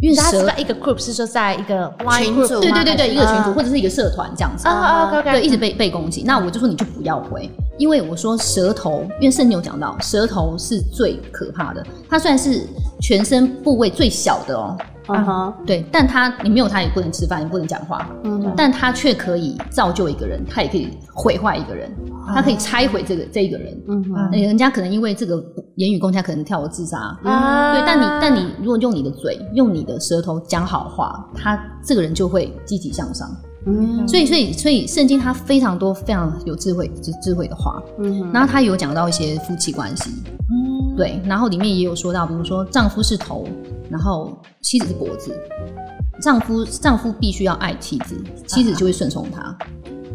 S3: 因为
S2: 他是
S3: 蛇
S2: 在一个 group，是说在一个 line
S1: 群
S2: group，
S1: 组吗
S2: 吗
S3: 对对对对，一个群组
S1: 嗯
S3: 或者是一个社团这样子。
S2: 啊啊，OK OK，
S3: 对，一直被被攻击，那我就说你就不要回，因为我说舌头，因为圣经有讲到，舌头是最可怕的，它虽然是全身部位最小的哦，
S1: 嗯哼，
S3: 对，但它你没有它也不能吃饭，也不能讲话，
S1: 嗯哼，
S3: 但它却可以造就一个人，它也可以毁坏一个人，它可以拆毁这个这一个人，
S1: 嗯哼，
S3: 呃人家可能因为这个言语攻击，他可能跳楼自杀，
S2: 啊，
S3: 对，但你但你如果用你的嘴，用你的舌头讲好话，他这个人就会积极向上。
S1: 嗯
S3: 所以所以所以圣经它非常多非常有智慧智智慧的话，
S1: 嗯哼，
S3: 然后它有讲到一些夫妻关系，
S2: 嗯，
S3: 对，然后里面也有说到，比如说丈夫是头，然后妻子是脖子，丈夫丈夫必须要爱妻子，妻子就会顺从他。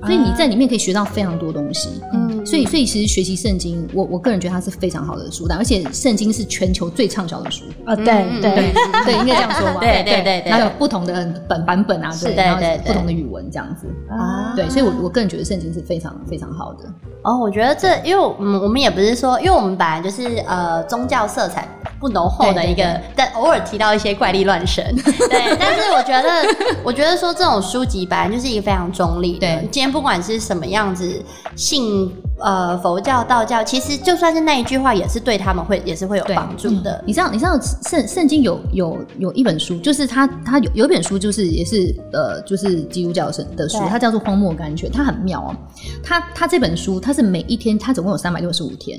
S3: 所以你在里面可以学到非常多东西，
S1: 啊嗯
S3: 所以所以其实学习圣经，我我个人觉得它是非常好的书单，而且圣经是全球最畅销的书，
S2: 啊，
S1: 嗯
S2: 对对，
S3: 对，应该这样说吧，
S1: 对对对对
S3: 然后有不同的本版本啊，
S1: 是
S3: 对，
S1: 对
S3: 然后
S1: 对对
S3: 不同的语文这样子，
S1: 啊
S3: 对，所以我我个人觉得圣经是非常非常好的。
S1: 哦，我觉得这，因为我们我们也不是说，因为我们本来就是呃宗教色彩不浓厚的
S3: 对对
S1: 一个，
S3: 对
S1: 但偶尔提到一些怪力乱神， 对。但是我觉得， 我觉得说这种书籍本来就是一个非常中立的。
S3: 对
S1: 今天不管是什么样子，信呃佛教、道教，其实就算是那一句话，也是对他们会也是会有
S3: 对嗯
S1: 帮助的。
S3: 你知道，你知道圣圣经有有有一本书，就是它它有有一本书，就是也是呃，就是基督教神的书
S1: 对，
S3: 它叫做《荒漠甘泉》，它很妙哦。它它这本书，它是每一天，它总共有三百六十五天，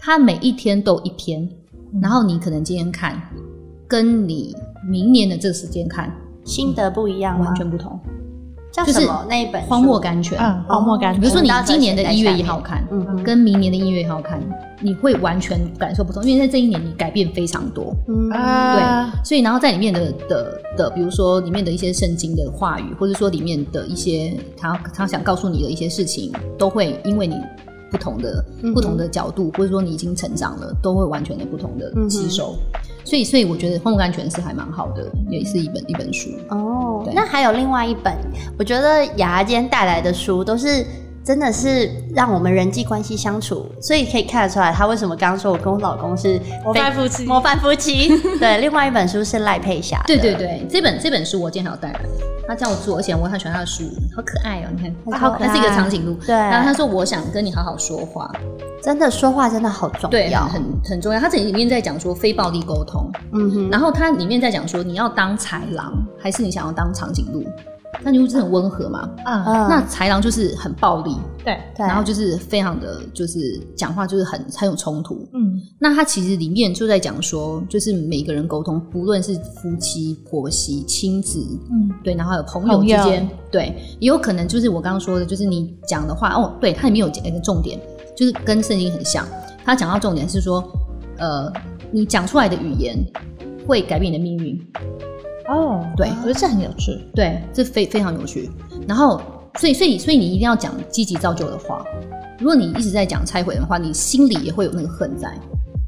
S3: 它每一天都一篇。然后你可能今天看，跟你明年的这个时间看
S1: 心得不一样吗？
S3: 完全不同，
S1: 叫
S3: 嗯就是
S1: 什么那一本
S3: 《
S1: 书
S3: 荒漠甘泉》
S2: 嗯，荒漠感
S3: 比如
S2: 觉
S3: 说你今年的一月一号看，
S1: 嗯哼
S3: 跟明年的一月一号看，你会完全感受不同，因为在这一年你改变非常多。
S1: 嗯
S2: 啊，
S3: 所以，然后在里面的的的，比如说里面的一些圣经的话语，或者说里面的一些他他想告诉你的一些事情，都会因为你不同的、
S1: 嗯哼
S3: 不同的角度，或者说你已经成长了，都会完全的不同的
S1: 嗯哼
S3: 吸收。所以，所以我觉得《荒漠甘泉》是还蛮好的，也是一本 一本书。
S1: 哦，
S3: 对
S1: 那还有另外一本，我觉得雅雅今天带来的书都是真的是让我们人际关系相处，所以可以看得出来，她为什么刚刚说我跟我老公是
S2: 模范夫妻
S1: 非模范夫妻。对，另外一本书是赖佩霞的，
S3: 对对对，这本这本书我今天还有带来，他叫我做，而且我很喜欢他的书，好可爱哦！你
S1: 啊
S3: 看，
S1: 好可爱
S3: 它是一个长颈鹿。
S1: 对
S3: 然后他说：“我想跟你好好说话。”
S1: 真的说话真的好重
S3: 对，
S1: 要
S3: 很。很很重要。它这里面在讲说非暴力沟通，
S1: 嗯哼，
S3: 然后它里面在讲说你要当豺狼，还是你想要当长颈鹿？长颈鹿是很温和嘛，
S2: 嗯，
S1: 嗯，
S3: 那豺狼就是很暴力，
S2: 对，
S1: 对
S3: 然后就是非常的就是讲话就是很很有冲突。
S2: 嗯，
S3: 那它其实里面就在讲说，就是每个人沟通，不论是夫妻、婆媳、亲子，
S2: 嗯，
S3: 对，然后还有朋友
S2: 朋友
S3: 之间，对，也有可能就是我刚刚说的，就是你讲的话，哦，对，它里面有讲一个重点，就是跟圣经很像。他讲到重点是说，呃，你讲出来的语言会改变你的命运。
S2: 啊哦，
S3: 对
S2: 我觉得这很有趣。
S3: 对，这非非常有趣。然后，所以，所以，所以你一定要讲积极造就的话。如果你一直在讲拆毁的话，你心里也会有那个恨在。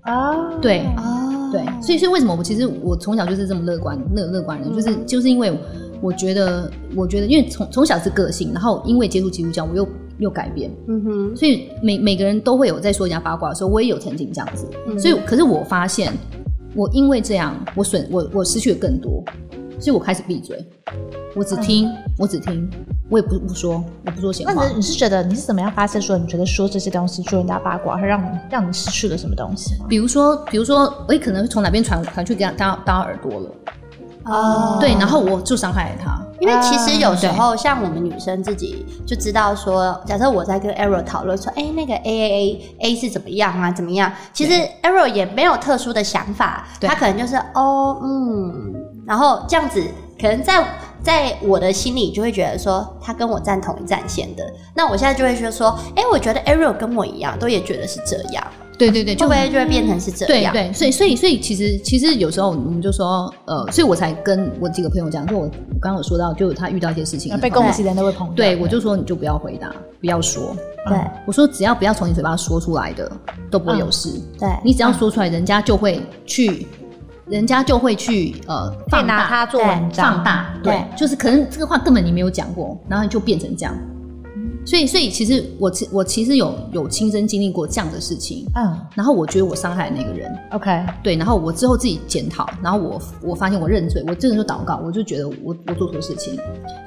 S2: 哦，
S3: 对
S1: 哦，
S3: 对，所以，所以为什么我其实我从小就是这么乐观，乐乐观的人，就是就是因为我觉得，我觉得，因为从从小是个性，然后因为接触基督教，我又又改变，
S1: 嗯哼，
S3: 所以每每个人都会有在说人家八卦的时候，我也有曾经这样子。
S1: 嗯
S3: 所以，可是我发现，我因为这样，我损我我失去了更多，所以我开始闭嘴，我只听，我只听，我也不不说，我不说闲
S2: 那
S3: 话。
S2: 你你是觉得你是怎么样发现说你觉得说这些东西说人家八卦会让你让你失去了什么东西吗？
S3: 比如说，比如说，我也可能从哪边传传去给他当当耳朵了，
S1: 哦
S3: 对，然后我就伤害了他。
S1: 因为其实
S3: 嗯
S1: 有时候像我们女生自己就知道说，假设我在跟 Arrow 讨论说，哎、那个 A A A A 是怎么样啊，怎么样？其实 Arrow 也没有特殊的想法，
S3: 对
S1: 他可能就是哦，嗯，然后这样子，可能在在我的心里就会觉得说，他跟我站同一战线的。那我现在就会觉得说，哎、我觉得 Arrow 跟我一样，都也觉得是这样，
S3: 对对对，
S1: 会不会就会变成是这样？
S3: 嗯对对，所以所以所以其实其实有时候我们就说，呃，所以我才跟我几个朋友讲，就我我刚刚有说到，就他遇到一些事情
S2: 啊被嗯攻击的那位朋友，
S3: 嗯
S2: 嗯
S3: 对我就说你就不要回答，不要说。
S1: 对
S3: 我说只要不要从你嘴巴说出来的都不会
S2: 嗯
S3: 有事，
S1: 对
S3: 你只要说出来，人家就会去，人家就会去呃
S2: 可以
S3: 放
S2: 拿
S3: 大
S2: 它做文章，
S3: 放大，
S1: 对
S3: 对，就是可能这个话根本你没有讲过，然后就变成这样。所以所以其实我其我其实有有亲身经历过这样的事情，
S2: 嗯
S3: 然后我觉得我伤害了那个人，
S2: ，OK，
S3: 对，然后我之后自己检讨，然后我我发现我认罪，我真的就祷告，我就觉得我我做错事情，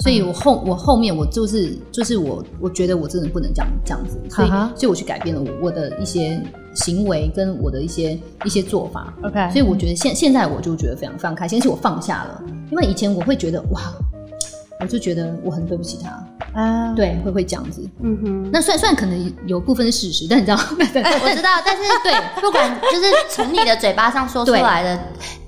S3: 所
S1: 嗯
S3: 以我后我后面我就是就是我我觉得我真的不能这样这样子，所以、
S1: 啊
S2: 哈哈
S3: 所以我去改变了我我的一些行为跟我的一些一些做法，
S1: 哎
S2: OK，
S3: 所以我觉得现现在我就觉得非常非常开心，而且我放下了，因为以前我会觉得哇，我就觉得我很对不起他，
S2: 啊，
S3: 对，会会这样子。
S1: 嗯哼。哎
S3: 那虽然虽然可能有部分是事实，但你知道， 但但
S1: 我知道，但是对，不管就是从你的嘴巴上说出
S3: 对
S1: 来的，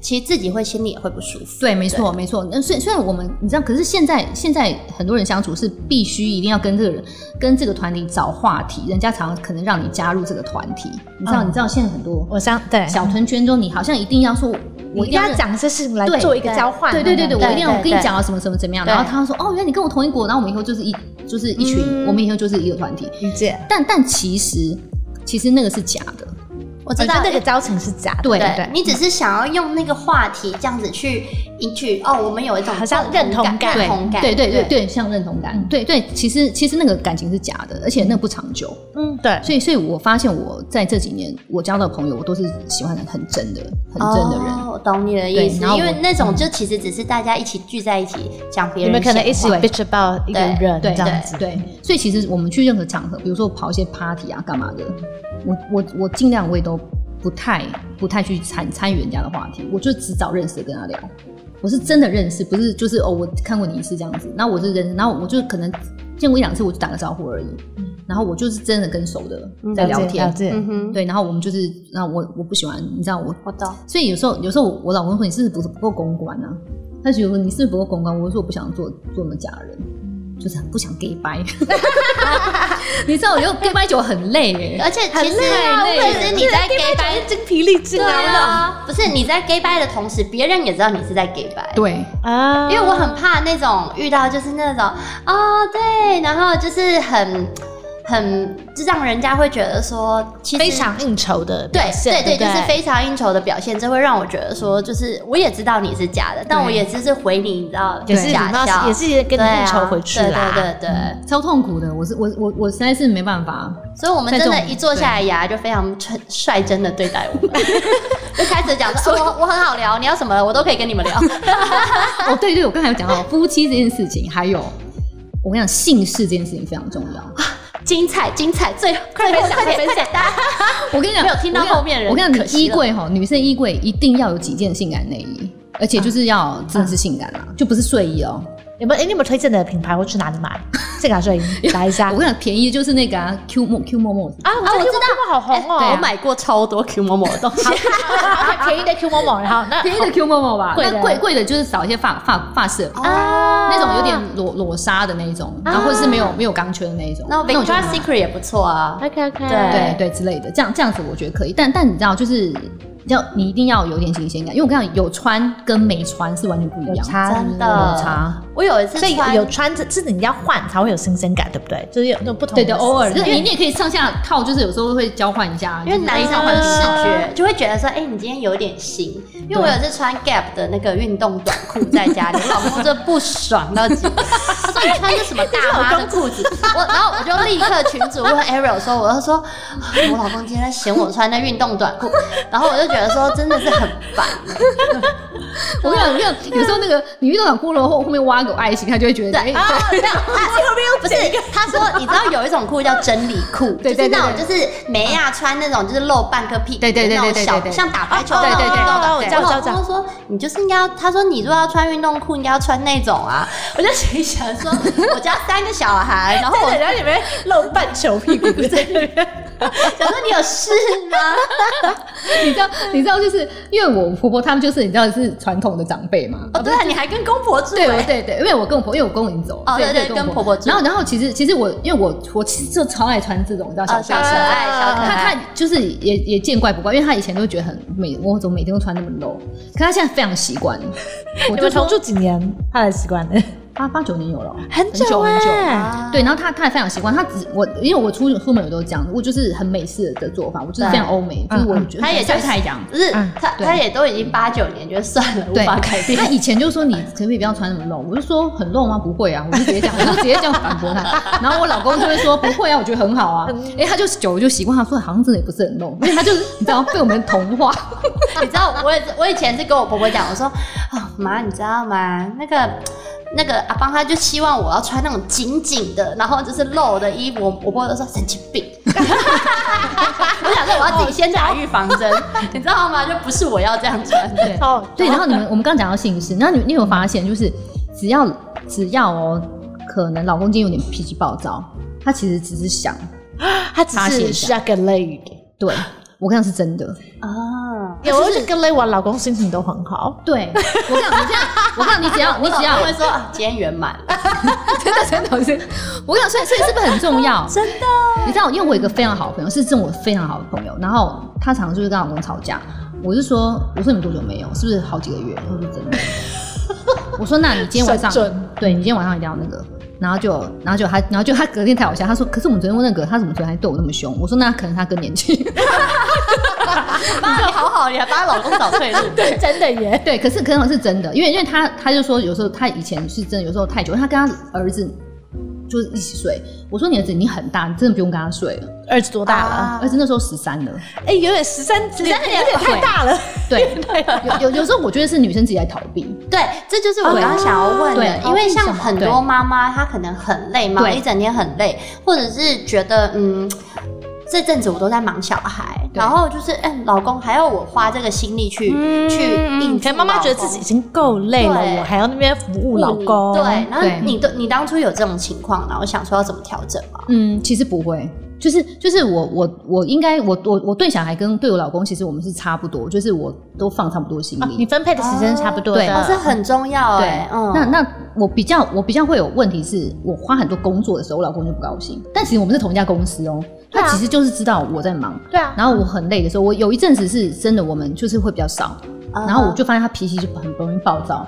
S1: 其实自己会心里也会不舒服。
S3: 对，没错，没错。那虽虽然我们你知道，可是现在现在很多人相处是必须一定要跟这个人、跟这个团体找话题，人家常可能让你加入这个团体。你知道，
S2: 嗯
S3: 你知道现在很多
S2: 我相对
S3: 小团圈中，你好像一定要说，
S2: 我
S3: 我
S2: 一
S3: 一
S2: 定
S3: 定
S2: 要
S3: 要。
S2: 讲一些事情来
S3: 对
S2: 做一个
S1: 对
S2: 交换，
S3: 对对对对，
S2: 不
S3: 我一定要
S1: 对
S3: 我跟你
S1: 对
S3: 讲了什么什么怎么样，
S1: 对
S3: 然后他说哦，原来你跟我同一国，然后我们以后就是一就是一群，
S1: 嗯
S3: 我们以后就是一个团体。
S2: 理解。
S3: 但但其实其实那个是假的，
S1: 我
S2: 我
S1: 知
S2: 觉
S1: 道
S2: 得那个交情是假的，
S3: 对
S2: 对
S1: 对你只是想要用那个话题这样子去引取哦，我们有一种
S2: 好像
S1: 共
S2: 认同感
S1: 感、认同感，
S3: 对对对对，像认同感，对对，其实其实那个感情是假的，而且那个不长久。
S2: 嗯，对，
S3: 所以，所以我发现我在这几年我交到的朋友，我都是喜欢很真的、很真的人。
S1: 哦，我懂你的意思
S3: 对然，后
S1: 因为
S3: 我
S1: 那种就其实只是大家一起聚在一起讲别
S2: 你
S1: 人
S2: 们
S1: 闲话，
S2: 可能一起
S3: 对
S2: bitch about 一个
S1: 对
S2: 人这
S3: 对
S2: 样子，
S3: 对，所以其实我们去任何场合，比如说跑一些 party 啊、干嘛的，我我我尽量我也都不太不太去参参与人家的话题，我就只找认识的跟他聊。我是真的认识，不是就是哦，我看过你一次这样子，那我是认识，然后我就可能见过一两次，我就打个招呼而已。然后我就是真的跟熟的在
S2: 了
S3: 聊
S2: 解了
S3: 天，
S2: 解。
S1: 嗯哼，
S3: 对，然后我们就是，那我我不喜欢，你知道我
S1: 我懂，
S3: 所以有时候，有时候我我老公说你是不是不不够公关啊？他觉得你是不是不够公关？我就说我不想做做那么假的人，就是不想 gay 掰。 你知道，我就 gay 掰久很累耶。
S1: 而且其实啊
S3: 很累
S1: 其实你在 gay
S2: 反
S1: bye，
S2: 正精疲力尽
S1: 对
S2: 啊
S1: 啊，不是你在 gay bye 的同时，别人也知道你是在 gay bye，
S3: 对，
S2: 啊！
S1: 因为我很怕那种遇到就是那种哦对，然后就是很很就让人家会觉得说其实
S2: 非常应酬的
S1: 对
S2: 表现，
S1: 对
S2: 对
S1: 对，
S2: 不，
S1: 就是非常应酬的表现，这会让我觉得说就是我也知道你是假的，但我也只是回你，你知道
S2: 也是礼
S1: 假
S2: 貌，
S1: 笑，
S2: 也是跟你
S1: 对啊
S2: 应酬回去
S1: 对
S2: 啦。嗯
S1: 对对对，
S3: 呃超痛苦的。我是我我我实在是没办法。
S1: 所以我们
S3: 在这
S1: 真
S3: 种
S1: 的，一坐下来，牙就非常率率真的对待我 们，就开始讲说，哦我我很好聊，你要什么我都可以跟你们 聊，
S3: 哦，对对，我刚才有讲到夫妻这件事情，还有我跟你讲姓氏这件事情非常重要。
S1: 精彩精彩，最快点快点分享，大家
S2: 啊
S3: 我跟你讲，
S1: 没有听到
S3: 我跟你讲
S1: 后面人
S3: 我跟你
S1: 可
S3: 讲，
S1: 惜了
S3: 衣柜哈，女生衣柜一定要有几件性感内衣，而且就是要真的是性感啦，啊就不是睡衣哦。
S2: 有没有？哎，你有没有推荐的品牌？或去哪里买？ 这个摄影来一下
S3: 我跟你讲，便宜就是那个啊，Q 梦 Q 梦梦，
S2: 啊！我知道，好红哦，
S1: 哎我买过超多 Q 某某的东西，
S2: 好 便宜的 Q 某某，然后那
S3: 便宜的 Q 某某吧，啊哦
S2: 贵的
S3: 那贵贵的就是找一些发发发饰，
S1: 啊，
S3: 那种有点裸裸纱的那一种，然后或者是没有没有钢圈啊的那一种，
S1: 那
S3: 种就
S1: Victoria
S3: 很
S1: Secret 也不错啊，
S2: OK OK，
S1: 对
S3: 对对之类的，这样这样子我觉得可以，但但你知道就是。要你一定要有点新鲜感，因为我跟你讲，有穿跟没穿是完全不一
S2: 有
S3: 样，
S2: 差
S1: 真的
S3: 有差。
S1: 我有一次
S2: 所以
S1: 穿
S2: 有穿这是你要换才会有新鲜感，对不对？就是有那种不同
S3: 对对，偶尔，就
S2: 因
S3: 是你
S2: 为
S3: 你也可以上下套，就是有时候会交换一下，
S1: 因为男
S3: 就是啊
S1: 生
S3: 上
S1: 会
S3: 换
S1: 视
S3: 下
S1: 觉就会觉得说，哎、你今天有点新。因为我有一次穿 Gap 的那个运动短裤在家里，我老公就不爽到极点，他说你穿这什么大妈的裤 子？我然后我就立刻群主问 Ariel 说，我就说啊我老公今天在嫌我穿那运动短裤，然后我就觉得说真的是很烦，
S3: 我跟你讲，我跟你讲，有时候那个你遇到骷髅后后面挖个爱心，他就会觉得，哎，
S1: 没有，他不是他说，你知道有一种裤叫真理裤，
S3: 对
S1: 就是
S3: 对对
S1: 那种就是梅亚穿那种就是露半颗屁股的
S3: 对对对
S1: 那种
S3: 对对
S1: 小
S3: 对对
S1: 像打排球
S2: 哦
S1: 那种
S2: 对对对
S1: 运动
S2: 对对对
S1: 然
S2: 我
S1: 后
S2: 知道
S1: 他说你就是应该要，他说你如果要穿运动裤，应该要穿那种啊。我就心想说，我家三个小孩，然后我
S2: 对对，然后里面露半球屁股在里面，
S1: 想说你有事吗？
S3: 你知道，你知道，就是因为我婆婆他们就是你知道是传统的长辈嘛，
S1: 哦，对啊，你还跟公婆住
S3: 对，我
S1: 欸，
S3: 对对，因为我跟我婆，因为我公公已经走了，
S1: 哦
S3: 所以
S1: 对
S3: 所以
S1: 对
S3: 我
S1: 跟婆婆住
S3: 然后然后其实其实我因为我我其实就超爱穿这种，你知道小
S1: 哦，
S3: 小
S1: 小可爱，小可
S3: 他
S1: 爱，
S3: 他就是也也见怪不怪，因为他以前都觉得很每我怎么每天都穿那么 low，可他现在非常习惯了。我
S2: 你
S3: 就
S2: 们同
S3: 说
S2: 住几年？他才习惯的，
S3: 八八九年有了哦，
S1: 嗯
S2: 很
S3: 久很久
S2: 欸
S1: 啊
S3: 对，然后他他也非常习惯，他只我因为我出出门我都这样，我就是很美式的做法，我就是非常欧美，就是我
S2: 嗯嗯
S3: 觉得
S1: 他也就
S3: 晒太阳。
S1: 不是
S2: 嗯
S1: 他
S3: 对
S1: 他也都已经八九年，就算了，无
S3: 对
S1: 法改变
S3: 他。以前就说你可不可以不要穿那么露？我就说很露吗？不会啊，我就直接这样，我就直接这样反驳他。然后我老公就会说不会啊，我觉得很好啊。哎、他就久了就习惯，他说好像真的也不是很露，因为他就是你知道被我们同化。
S1: 你知道我也我以前是跟我婆婆讲，我说啊妈，你知道吗？那个那个阿邦他就希望我要穿那种紧紧的，然后就是露的衣服。我我婆婆就说神经病。 我想说我要自己先哦打预防针， 你知道吗？就不是我要这样穿的。
S3: 对
S2: 哦，
S3: 对，然后你们我们刚刚讲到性事，那你你有没有发现，就是只要只要哦，可能老公今天有点脾气暴躁，他其实只是想，
S2: 他只
S3: 发泄
S2: 是
S3: 一下
S2: 需要更累。
S3: 对我跟你讲是真的，
S1: 啊，
S2: 有，我就更累，我老公心情都很好。
S3: 对我跟你讲，你这样，我跟你讲，你只要你只要
S1: 我老公会说啊今天圆满了，
S3: 真的真的是，我跟你讲，所以所以是不是很重 要？真的，你知道，因为我有一个非常好的朋友，是这种我非常好的朋友，然后她常常就是跟老公吵架，我就说，我说你们多久没有？是不是好几个月？她说真的。 我说那你今天晚上
S2: 神准，
S3: 对你今天晚上一定要那个。然后就，然后就他，然后就他隔天太好笑，他说：“可是我们昨天问那个，他怎么昨天还对我那么凶？”我说：“那可能他更年 轻。
S1: 妈你好好，你还帮她老公找退路。对，
S2: 真的耶，
S3: 对，可是可能是真的，因为因为他他就说有时候他以前是真的，有时候太久，因为他跟他儿子就是一起睡。我说你儿子你很大，你真的不用跟他睡了。
S2: 儿子多大了？
S1: 啊
S3: 而且那时候十三了，
S2: 哎，有点十三，十三有点太大了。
S3: 对，有有有时候我觉得是女生自己在逃避，
S1: 对，这就是我刚
S2: 哦
S1: 刚想要问的
S3: 对，
S1: 因为像
S3: 哦
S1: 很多妈妈，她可能很累，忙
S3: 对
S1: 一整天很累，或者是觉得嗯，这阵子我都在忙小孩，
S3: 对
S1: 然后就是嗯，老公还要我花这个心力去 去应
S2: 嗯可
S1: 付
S2: 能妈妈觉得自己已经够累了，
S1: 对
S2: 我还要那边服务
S1: 顾
S2: 老公。
S1: 嗯对，然后
S3: 对
S1: 你都你当初有这种情况，然后想说要怎么调整吗？
S2: 啊
S3: 嗯，其实不会，就是就是我我我应该我我我对小孩跟对我老公，其实我们是差不多，就是我都放差不多心
S2: 啊你
S3: 力。
S2: 分配的时间是差不多的。
S3: 对
S1: 哦，这很重要
S3: 对
S1: 哎，，嗯，
S3: 那那我比较我比较会有问题是，我花很多工作的时候，我老公就不高兴。但其实我们是同一家公司哦，
S2: 对啊
S3: 他其实就是知道我在忙，
S2: 对啊，
S3: 然后我很累的时候，我有一阵子是真的，我们就是会比较少，
S1: 嗯
S3: 然后我就发现他脾气就很容易暴躁。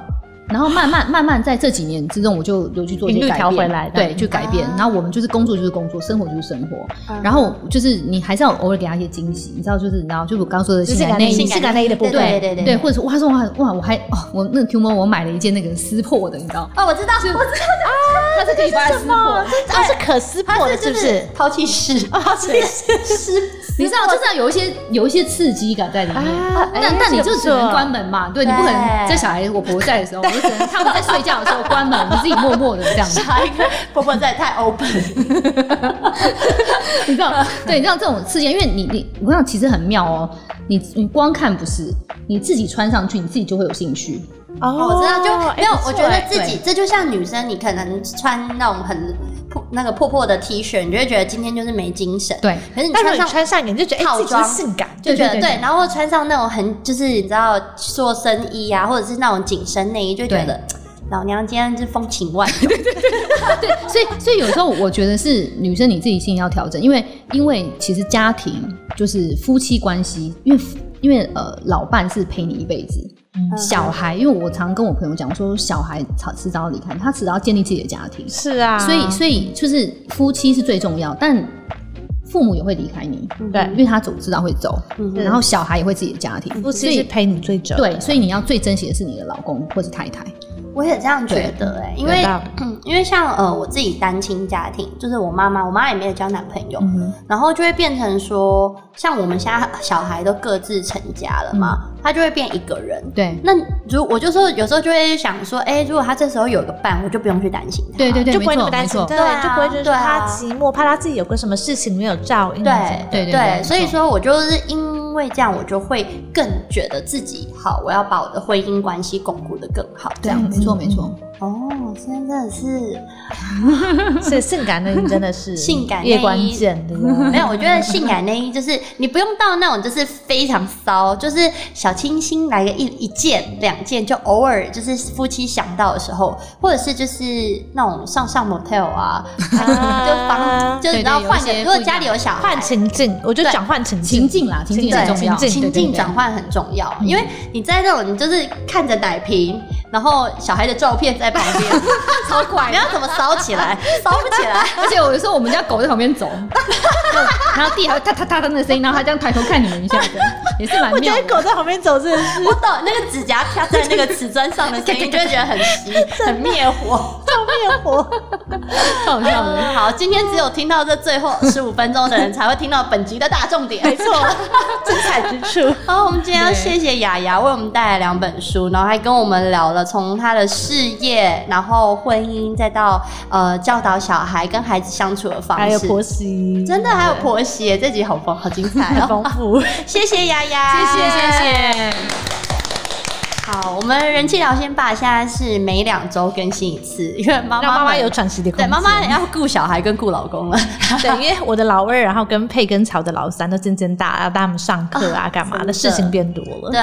S3: 然后慢慢慢慢在这几年之中，我就有去做一
S2: 频
S3: 些
S2: 率
S3: 改
S2: 调
S3: 变，
S2: 回来这样
S3: 对，去改变。
S1: 啊
S3: 然后我们就是工作就是工作，生活就是生活。
S1: 嗯
S3: 然后就是你还是要偶尔给他一些惊喜，你知道，就是你知道，就我刚刚说的
S2: 就
S3: 性
S2: 性
S3: 感
S2: 感
S3: 内
S2: 内
S3: 衣，
S2: 衣，性感内衣的部分。
S1: 对
S3: 对
S1: 对
S3: 或者说哇，他说哇哇，我还哦，我那个 Q 猫我买了一件那个撕破的，你知道，
S1: 哦，我知道，我知道，
S3: 它是可以把它撕破
S2: 哦，，这它是可撕破的，啊是不是？
S1: 抛弃式？
S2: 啊， 是
S3: 你知道，就是要有一些有一些刺激感在里面。
S2: 啊
S3: 但但你就只能关。门嘛，对你不可能
S1: 对
S3: 在小孩我婆婆在的时候，我就只能他们在睡觉的时候关门，你自己默默的这样子，
S1: 下一个婆婆真的太 open，
S3: 你知 道？对，你知道这种刺激，因为你你我跟你讲，其实很妙哦。你你光看不是，你自己穿上去，你自己就会有兴趣。
S2: 哦
S1: 我知道，就没有。我觉
S2: 哎
S1: 得
S3: 对
S1: 自己这就像女生，你可能穿那种很破那个破破的 T 恤，你就会觉得今天就是没精神。，
S3: 对，
S1: 可是你
S2: 但如
S1: 穿
S2: 果
S1: 上
S2: 你穿上一个，你就觉得哎，
S1: 套
S2: 自己
S1: 装
S2: 是性感。
S1: 就觉得
S3: 对对对
S1: 对，然后穿上那种很就是你知道塑身衣啊，或者是那种紧身内衣，就觉得老娘今天是风情万种。
S3: 对， 所以所以有时候我觉得是女生你自己心里要调整，因为因为其实家庭就是夫妻关系，因为夫因为呃，老伴是陪你一辈子，
S2: 嗯
S3: 小孩，因为我常跟我朋友讲，我说小孩早迟早要离开，他迟早要建立自己的家庭，
S2: 是啊，
S3: 所以所以就是夫妻是最重要，但父母也会离开你，
S2: 对
S3: 因为他总知道会走，
S2: 嗯
S3: 然后小孩也会自己的家庭，
S2: 夫
S3: 所
S2: 妻是
S3: 以
S2: 陪你最久的，
S3: 对，所以你要最珍惜的是你的老公或是太太，
S1: 我也这样觉得哎、因为
S2: 有道
S1: 因为像呃我自己单亲家庭，就是我妈妈，我妈也没有交男朋友，
S3: 嗯
S1: 然后就会变成说，像我们现在小孩都各自成家了嘛，
S3: 嗯
S1: 他就会变一个人。
S3: 对
S1: 那如我就说，有时候就会想说，哎、如果他这时候有个伴，我就不用去担心他。
S3: 对对对，
S2: 就
S3: 没
S2: 不会那么
S3: 错
S2: 担
S3: 没
S2: 心
S3: 错，，
S2: 对，
S1: 对啊
S2: 就不会就
S1: 对
S2: 是说
S1: 啊
S2: 他寂寞，怕他自己有个什么事情没有照应，
S1: 对
S3: 对对
S1: 对，
S3: 没
S1: 所以
S3: 错
S1: 说我就是因为这样，我就会更觉得自己好，我要把我的婚姻关系巩固的更好，这
S3: 对，啊
S1: 样
S3: 没
S1: 子。
S2: 嗯
S3: 错没错。
S1: 哦，现在真的是
S2: 所以性感内衣真的是
S1: 性感内嗯衣
S2: 越关键的，
S1: 没有，我觉得性感内衣就是你不用到那种就是非常骚，就是小清新来个一一件两件，就偶尔就是夫妻想到的时候，或者是就是那种上上 motel 啊，
S2: 啊
S1: 就房就是 你
S3: 对对
S1: 要换
S3: 有一
S1: 个，
S3: 些
S1: 如果家里有小孩
S2: 换情境，我就
S1: 对
S2: 讲换情
S3: 情
S2: 境，
S3: 境啦，情境
S1: 对
S3: 很重要，
S2: 情
S1: 情境转
S3: 换。
S1: 换很重要，
S3: 嗯
S1: 因为你在那种你就是看着奶瓶，然后小孩的照片在旁 边，超 怪，你要怎么烧起来？烧不起来。
S3: 而且我有时候我们家狗在旁边走， 然后地还会踏踏踏踏那个声音，然后它这样抬头看你们一下，这样也是蛮
S2: 我觉
S3: 妙
S2: 得
S3: 的。
S2: 狗在旁边走真的是
S1: 我懂那个指甲啪在那个瓷砖上的声音，就会觉得很 吸，很灭火。
S2: 灭火，
S3: 超好笑的。
S1: 嗯， 好，今天只有听到这最后十五分钟的人才会听到本集的大重点。
S2: 没错，精彩之处。
S1: 好，我们今天要谢谢雅雅为我们带来两本书，然后还跟我们聊了从她的事业，然后婚姻，再到呃教导小孩跟孩子相处的方式，
S2: 还有婆媳，
S1: 真的哦还有婆媳耶，这集好丰好精彩
S2: 很丰
S1: 哦！
S2: 富。
S1: 谢谢雅雅，
S3: 谢。
S1: 好，我们人气聊天吧现在是每两周更新一次， 因为妈
S2: 让妈妈
S1: 们
S2: 有喘息的空
S1: 对
S2: 间。
S1: 妈妈要顾小孩跟顾老公了。
S2: 对，因为我的老二，然后跟佩跟乔的老三都渐渐大，要带他们上课啊，干嘛
S1: 真
S2: 的
S1: 的
S2: 事情变多了。
S1: 对，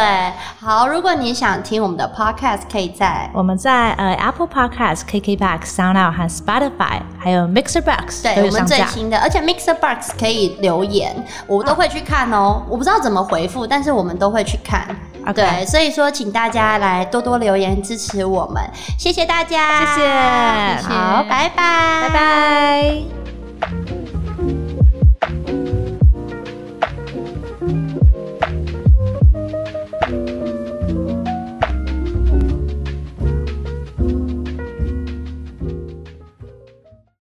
S1: 好，如果你想听我们的 podcast，可以在
S2: 我们在呃 Apple Podcast、KKBox、SoundOut 和 Spotify，还有 Mixer Box
S1: 对
S2: 都有
S1: 我们
S2: 上
S1: 最
S2: 架。啊
S1: 新的，而且 Mixer Box 可以留言，我都会去看哦。我不知道怎么回复，但是我们都会去看。
S2: OK
S1: 对，所以说请大家来多多留言支持我们，谢谢大家，
S2: 谢谢
S1: 好，拜拜，
S2: 拜拜。